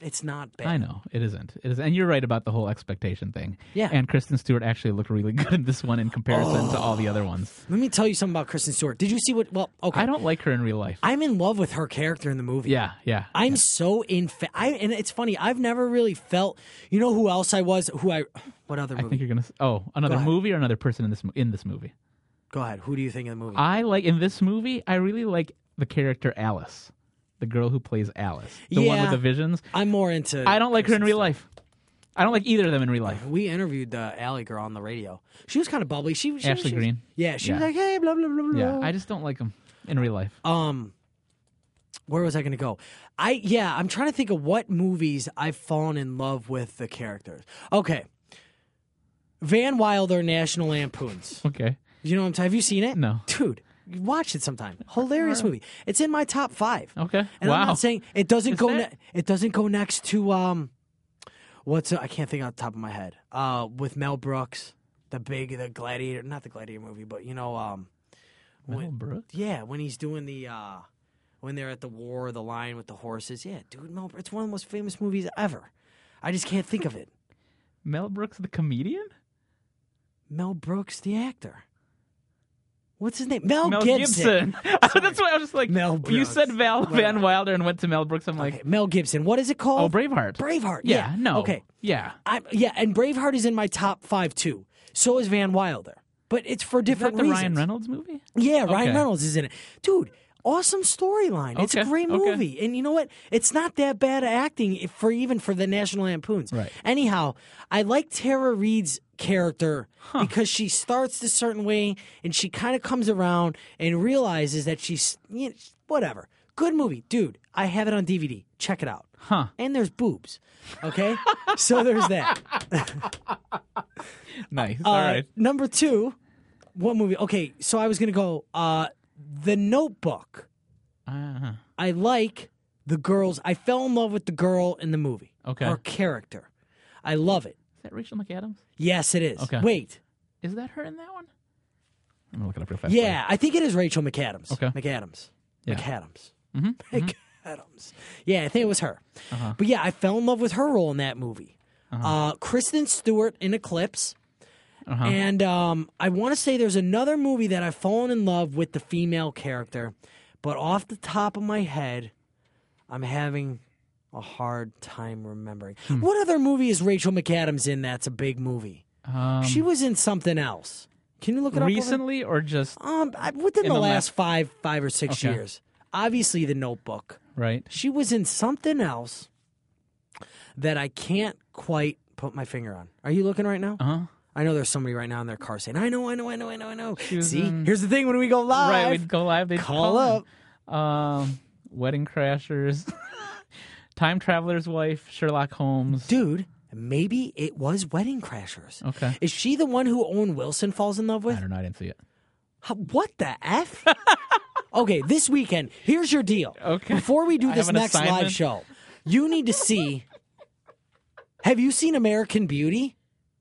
S3: it's not bad.
S4: I know it isn't. It is, and you're right about the whole expectation thing.
S3: Yeah.
S4: And Kristen Stewart actually looked really good in this one in comparison to all the other ones.
S3: Let me tell you something about Kristen Stewart. Did you see what? Well, okay,
S4: I don't like her in real life.
S3: I'm in love with her character in the movie.
S4: yeah, yeah.
S3: I'm so in. Fa- I and it's funny. I've never really felt. You know who else I was? Who I? What other
S4: I think
S3: movie?
S4: you're gonna. s- Oh, another movie or another person in this mo- in this movie.
S3: Go ahead. Who do you think in the movie?
S4: I like in this movie. I really like the character Alice, the girl who plays Alice, the one
S3: Yeah.
S4: with the visions.
S3: I'm more into.
S4: I don't like her in real life. I don't like either of them in real life.
S3: We interviewed the alley girl on the radio. She was kind of bubbly. She, she
S4: Ashley
S3: she was-
S4: Greene.
S3: Yeah, she was
S4: Yeah.
S3: like, hey, blah blah blah blah.
S4: Yeah, I just don't like them in real life.
S3: um, where was I going to go? I yeah, I'm trying to think of what movies I've fallen in love with the characters. Okay, Van Wilder, National Lampoons.
S4: Okay.
S3: You know what I'm talking? Have you seen it?
S4: No.
S3: dude, watch it sometime. Hilarious movie. It's in my top five.
S4: Okay.
S3: And
S4: Oh, wow.
S3: I'm not saying it doesn't
S4: Is
S3: go.
S4: that-
S3: ne- it doesn't go next to um. What's I can't think off the top of my head. Uh, with Mel Brooks, the big the Gladiator, not the Gladiator movie, but you know, um,
S4: Mel Brooks?
S3: yeah, when he's doing the uh, when they're at the war, the lion with the horses. Yeah, dude, Mel. Brooks- It's one of the most famous movies ever. I just can't think of it.
S4: Mel Brooks, the comedian?
S3: Mel Brooks, the actor. What's his name? Mel,
S4: Mel
S3: Gibson.
S4: Gibson. That's why I was just like,
S3: Mel
S4: you
S3: Brooks.
S4: said Val Van Wilder and went to Mel Brooks. I'm like,
S3: Okay, Mel Gibson. What is it
S4: oh,
S3: called?
S4: Braveheart.
S3: Braveheart.
S4: Yeah,
S3: Yeah.
S4: no.
S3: Okay.
S4: Yeah.
S3: I'm, yeah, and Braveheart is in my top five too. So is Van Wilder, but it's for
S4: Is that
S3: different
S4: the
S3: reasons.
S4: Ryan Reynolds movie?
S3: Yeah, Ryan
S4: Okay.
S3: Reynolds is in it, dude. Awesome storyline. It's a
S4: Okay,
S3: great
S4: okay.
S3: movie, and you know what? It's not that bad acting if- for even for the National Lampoons.
S4: Right.
S3: Anyhow, I like Tara Reid's character because she starts a certain way and she kind of comes around and realizes that she's you know, whatever. Good movie, dude. I have it on DVD. Check it out.
S4: Huh.
S3: And there's boobs. Okay, so there's that.
S4: Nice.
S3: Uh,
S4: All right.
S3: Number two, what movie? Okay, so I was gonna go uh, The Notebook.
S4: Uh-huh.
S3: I like the girls. I fell in love with the girl in the movie.
S4: Okay.
S3: her character. I love it.
S4: Is that Rachel McAdams?
S3: Yes, it is.
S4: Okay.
S3: Wait,
S4: Is that her in that one? I'm gonna look it up real fast.
S3: yeah, I think it is Rachel McAdams.
S4: Okay.
S3: McAdams.
S4: Yeah. Mm-hmm.
S3: McAdams. McAdams. Yeah, I think it was her.
S4: Uh-huh.
S3: But yeah, I fell in love with her role in that movie. Uh, Kristen Stewart in Eclipse.
S4: Uh-huh.
S3: And um, I want to say there's another movie that I've fallen in love with the female character, but off the top of my head, I'm having a hard time remembering.
S4: Hmm.
S3: What other movie is Rachel McAdams in that's a big movie?
S4: Um,
S3: she was in something else. Can you look it up? over-
S4: recently or just
S3: um, I, within
S4: In
S3: the,
S4: the
S3: last
S4: last-
S3: five, five or six
S4: Okay.
S3: years. Obviously, The Notebook.
S4: right?
S3: She was in something else that I can't quite put my finger on. Are you looking right now?
S4: Uh huh.
S3: I know there's somebody right now in their car saying, "I know, I know, I know, I know, I know."
S4: was
S3: See,
S4: in-
S3: here's the thing: when we go live,
S4: Right. We'd go live. They'd
S3: call
S4: call,
S3: up.
S4: in. Um, Wedding Crashers, Time Traveler's Wife, Sherlock Holmes.
S3: dude, maybe it was Wedding Crashers.
S4: Okay.
S3: Is she the one who Owen Wilson falls in love
S4: I
S3: with?
S4: don't know. I didn't see it.
S3: How- What the f? okay, this weekend, here's your deal.
S4: Okay.
S3: Before we do
S4: I
S3: this
S4: have an
S3: next live
S4: assignment.
S3: show, you need to see. Have you seen American Beauty?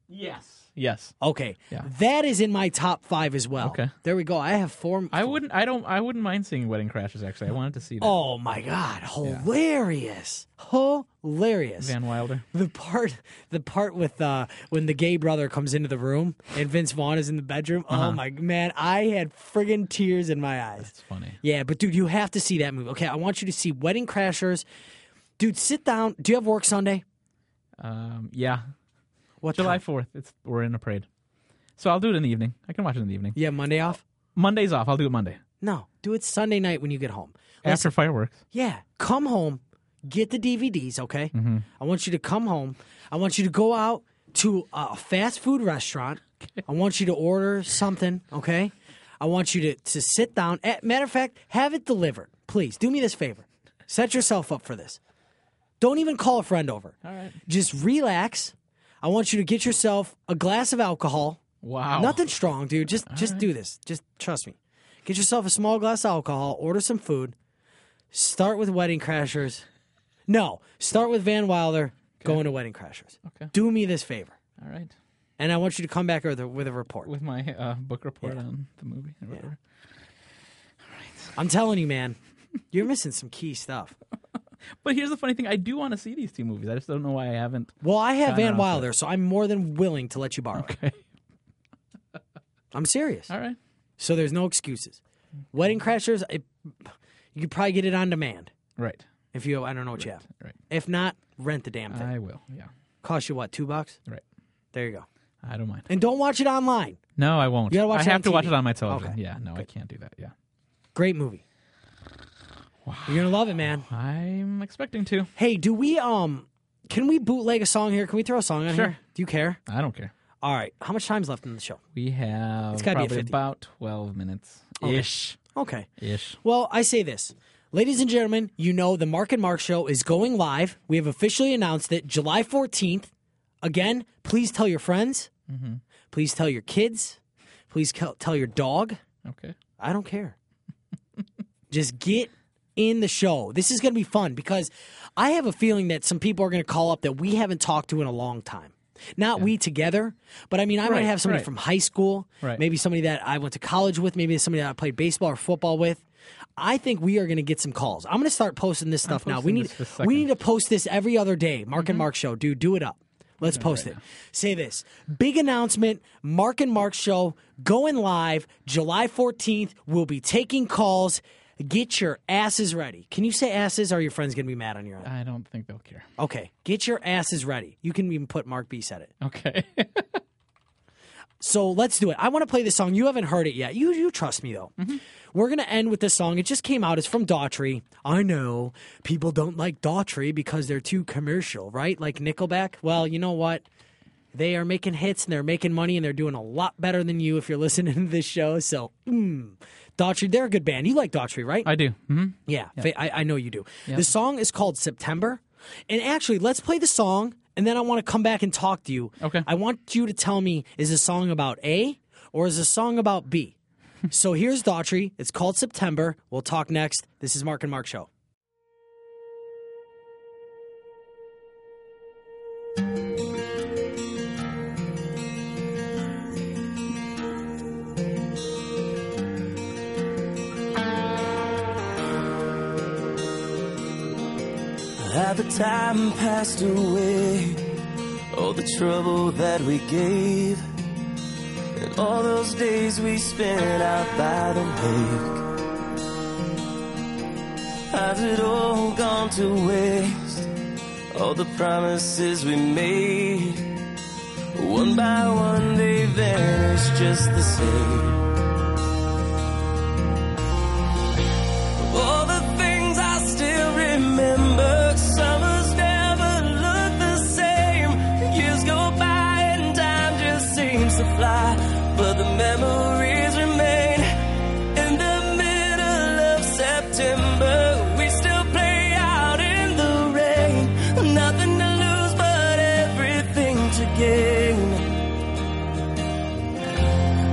S4: Yes. Yes.
S3: Okay,
S4: Yeah.
S3: that is in my top five as well.
S4: Okay.
S3: there we go. I have four.
S4: I wouldn't. I don't. I wouldn't mind seeing Wedding Crashers. Actually, I wanted to see that.
S3: Oh my god, hilarious. Hilarious.
S4: Van Wilder.
S3: the part the part with uh when the gay brother comes into the room and Vince Vaughn is in the bedroom.
S4: Uh-huh.
S3: Oh my man, I had friggin' tears in my eyes.
S4: It's funny.
S3: Yeah, but dude, you have to see that movie. Okay, I want you to see Wedding Crashers. Dude, sit down. Do you have work Sunday?
S4: Um, yeah.
S3: What
S4: July
S3: time?
S4: Fourth. It's we're in a parade, so I'll do it in the evening. I can watch it in the evening.
S3: You have Monday off?
S4: Monday's off. I'll do it Monday
S3: No. Do it Sunday night when you get home.
S4: after fireworks.
S3: Yeah, come home, get the DVDs, okay?
S4: Mm-hmm.
S3: I want you to come home. I want you to go out to a fast food restaurant. I want you to order something, okay? I want you to, to sit down. Eh, Matter of fact, have it delivered. Please do me this favor. Set yourself up for this. Don't even call a friend over. All
S4: right.
S3: Just relax. I want you to get yourself a glass of alcohol.
S4: Wow.
S3: Nothing strong, dude. Just just do this. Just trust me. Get yourself a small glass of alcohol, order some food. Start with Wedding Crashers. No, start with Van Wilder, go into Wedding Crashers.
S4: Okay.
S3: Do me this favor.
S4: All right.
S3: And I want you to come back with a, with a report.
S4: With my uh, book report on the movie or whatever.
S3: I'm telling you, man, you're missing some key stuff.
S4: But here's the funny thing: I do want to see these two movies. I just don't know why I haven't.
S3: Well, I have
S4: Kinda
S3: Van
S4: awesome.
S3: Wilder, so I'm more than willing to let you borrow it.
S4: Okay.
S3: I'm serious.
S4: All right.
S3: So there's no excuses. Wedding Crashers, it, you could probably get it on demand
S4: Right.
S3: if you, I don't know what you have.
S4: Right.
S3: If not, rent the damn thing.
S4: I will. Yeah.
S3: Cost you what, two bucks?
S4: Right.
S3: There you go.
S4: I don't mind.
S3: And don't watch it online.
S4: No, I won't.
S3: You gotta watch
S4: I
S3: it
S4: have
S3: on
S4: to watch
S3: TV.
S4: it on my television.
S3: Okay.
S4: Yeah. No, I can't do that. Yeah.
S3: Great movie. You're gonna love it, man.
S4: I'm expecting to.
S3: Hey, do we um can we bootleg a song here? Can we throw a song on
S4: Sure.
S3: here? Do you care?
S4: I don't care.
S3: All right. How much time's left in the show?
S4: We have
S3: gotta be at
S4: probably
S3: 50.
S4: about 12 minutes ish.
S3: Okay.
S4: Ish.
S3: Well, I say this. Ladies and gentlemen, you know the Mark and Mark show is going live. We have officially announced it July 14th. Again, please tell your friends. Please tell your kids. Please tell tell your dog.
S4: Okay.
S3: I don't care. Just get in the show. This is going to be fun because I have a feeling that some people are going to call up that we haven't talked to in a long time. Not we together, but I mean, I might
S4: Right,
S3: have somebody
S4: right.
S3: from high school,
S4: Right.
S3: maybe somebody that I went to college with, maybe somebody that I played baseball or football with. I think we are going to get some calls. I'm going to start posting this stuff now. We
S4: posting
S3: need
S4: this this
S3: we need to post this every other day. Mark and Mark show, dude, do it up. Let's post it. Say this big announcement: Mark and Mark show going live July 14th. We'll be taking calls. Get your asses ready. Can you say asses? Or are your friends going to be mad on your end?
S4: I don't think they'll care.
S3: Okay, get your asses ready. You can even put Mark Beast at it.
S4: Okay.
S3: So let's do it. I want to play this song. You haven't heard it yet. You you trust me though. We're gonna end with this song. It just came out. It's from Daughtry. I know people don't like Daughtry because they're too commercial, right? Like Nickelback. Well, you know what? They are making hits and they're making money and they're doing a lot better than you if you're listening to this show. So, mm, Daughtry, they're a good band. You like Daughtry, right?
S4: I do. hmm
S3: Yeah, fa- I, I know you do. The song is called September. And actually, let's play the song, and then I want to come back and talk to you.
S4: Okay.
S3: I want you to tell me is the song about A or is the song about B? so here's Daughtry. It's called September. We'll talk next. This is Mark and Mark Show.
S6: Had the time passed away, all the trouble that we gave, and all those days we spent out by the lake. Has it all gone to waste? All the promises we made, one by one they vanished just the same. All the things I still remember. Summers never look the same. Years go by and time just seems to fly. But the memories remain. In the middle of September, we still play out in the rain. Nothing to lose, but everything to gain.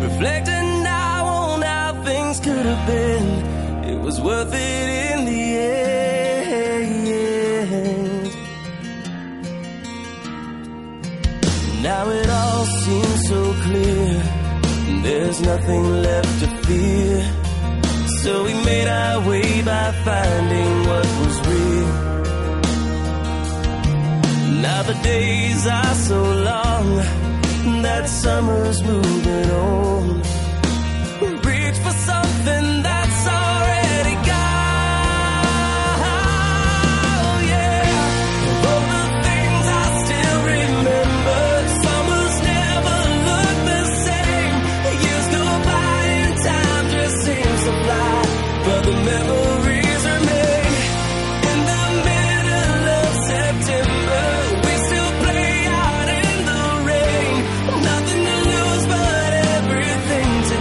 S6: Reflecting now on how things could have been, it was worth it in the end. Now it all seems so clear, there's nothing left to fear. So we made our way by finding what was real. Now the days are so long that summer's moving on. Reach for something that's already gone. Yeah, all the things I still remember. Summers never look the same. Years go by and time just seems to fly, but the memories remain. In the middle of September, we still play out in the rain. Nothing to lose but everything to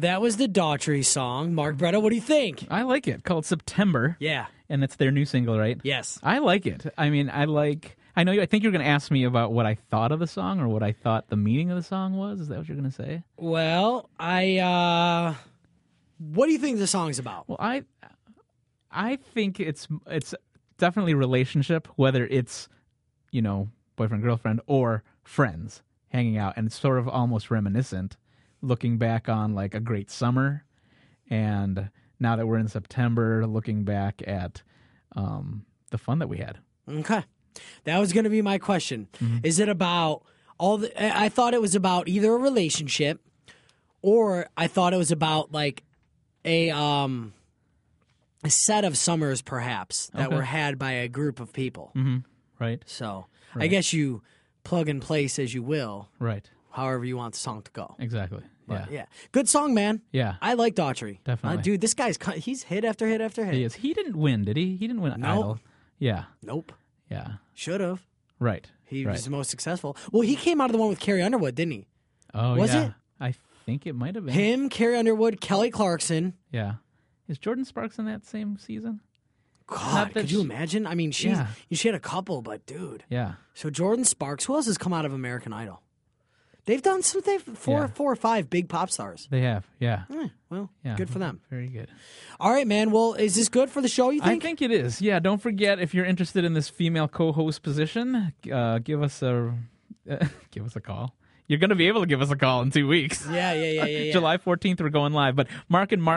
S3: that was the Daughtry song. Mark Bretta, what do you think?
S4: I like it. Called September.
S3: Yeah.
S4: And it's their new single, right?
S3: Yes.
S4: I like it. I mean, I like. I know you. I think you're going to ask me about what I thought of the song or what I thought the meaning of the song was. Is that what you're going to say?
S3: Well, I uh what do you think the song's about?
S4: Well, I, I think it's it's definitely relationship, whether it's you know boyfriend girlfriend or friends hanging out, and it's sort of almost reminiscent, looking back on like a great summer, and now that we're in September, looking back at um, the fun that we had.
S3: Okay. That was going to be my question.
S4: Mm-hmm.
S3: Is it about all the I I thought it was about either a relationship or I thought it was about like a um a set of summers perhaps that
S4: Okay. Mm-hmm.
S3: were had by a group of people.
S4: Right.
S3: So, I guess you plug and place as you will,
S4: Right.
S3: however you want the song to go.
S4: Exactly. yeah.
S3: Yeah. Good song, man.
S4: Yeah.
S3: I like Daughtry. Uh,
S4: Definitely.
S3: dude, this guy's cu- he's hit after hit after hit.
S4: He is. He didn't win, did he? He didn't win Idol. Yeah.
S3: Nope.
S4: Yeah.
S3: Should have.
S4: Right.
S3: He
S4: right.
S3: was the most successful. Well, he came out of the one with Carrie Underwood, didn't he?
S4: Oh
S3: Was
S4: yeah.
S3: it?
S4: I think it might have been.
S3: Him, Carrie Underwood, Kelly Clarkson.
S4: Yeah. Is Jordan Sparks in that same season?
S3: God,
S4: that
S3: could you
S4: she-
S3: imagine? I mean, she
S4: Yeah.
S3: she had a couple, but dude.
S4: Yeah.
S3: So Jordan Sparks, who else has come out of American Idol? They've done some. They've four,
S4: Yeah.
S3: four or five big pop stars.
S4: They have. Yeah.
S3: Eh, well,
S4: Yeah.
S3: good for them.
S4: Very good.
S3: All right, man. Well, is this good for the show? You
S4: I
S3: think?
S4: think it is. Yeah. Don't forget if you're interested in this female co-host position, uh, give us a give us a call. You're going to be able to give us a call in two weeks.
S3: yeah, yeah, yeah, yeah. yeah.
S4: July 14th, we're going live. But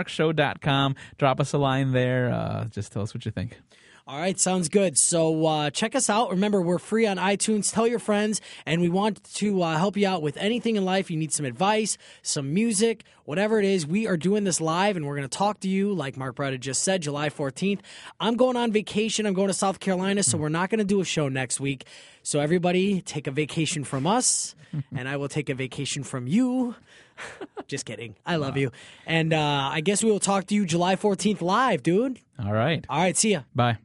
S4: markandmarkshow.com. Drop us a line there. Uh, just tell us what you think.
S3: All right, sounds good. So uh, check us out. Remember, we're free on iTunes. Tell your friends, and we want to uh, help you out with anything in life. You need some advice, some music, whatever it is. We are doing this live, and we're going to talk to you, like Mark Bretta just said, July 14th. I'm going on vacation. I'm going to South Carolina, so we're not going to do a show next week. So everybody, take a vacation from us, and I will take a vacation from you. just kidding. I love you. And uh, I guess we will talk to you July 14th live, dude.
S4: All right.
S3: All right, see ya.
S4: Bye.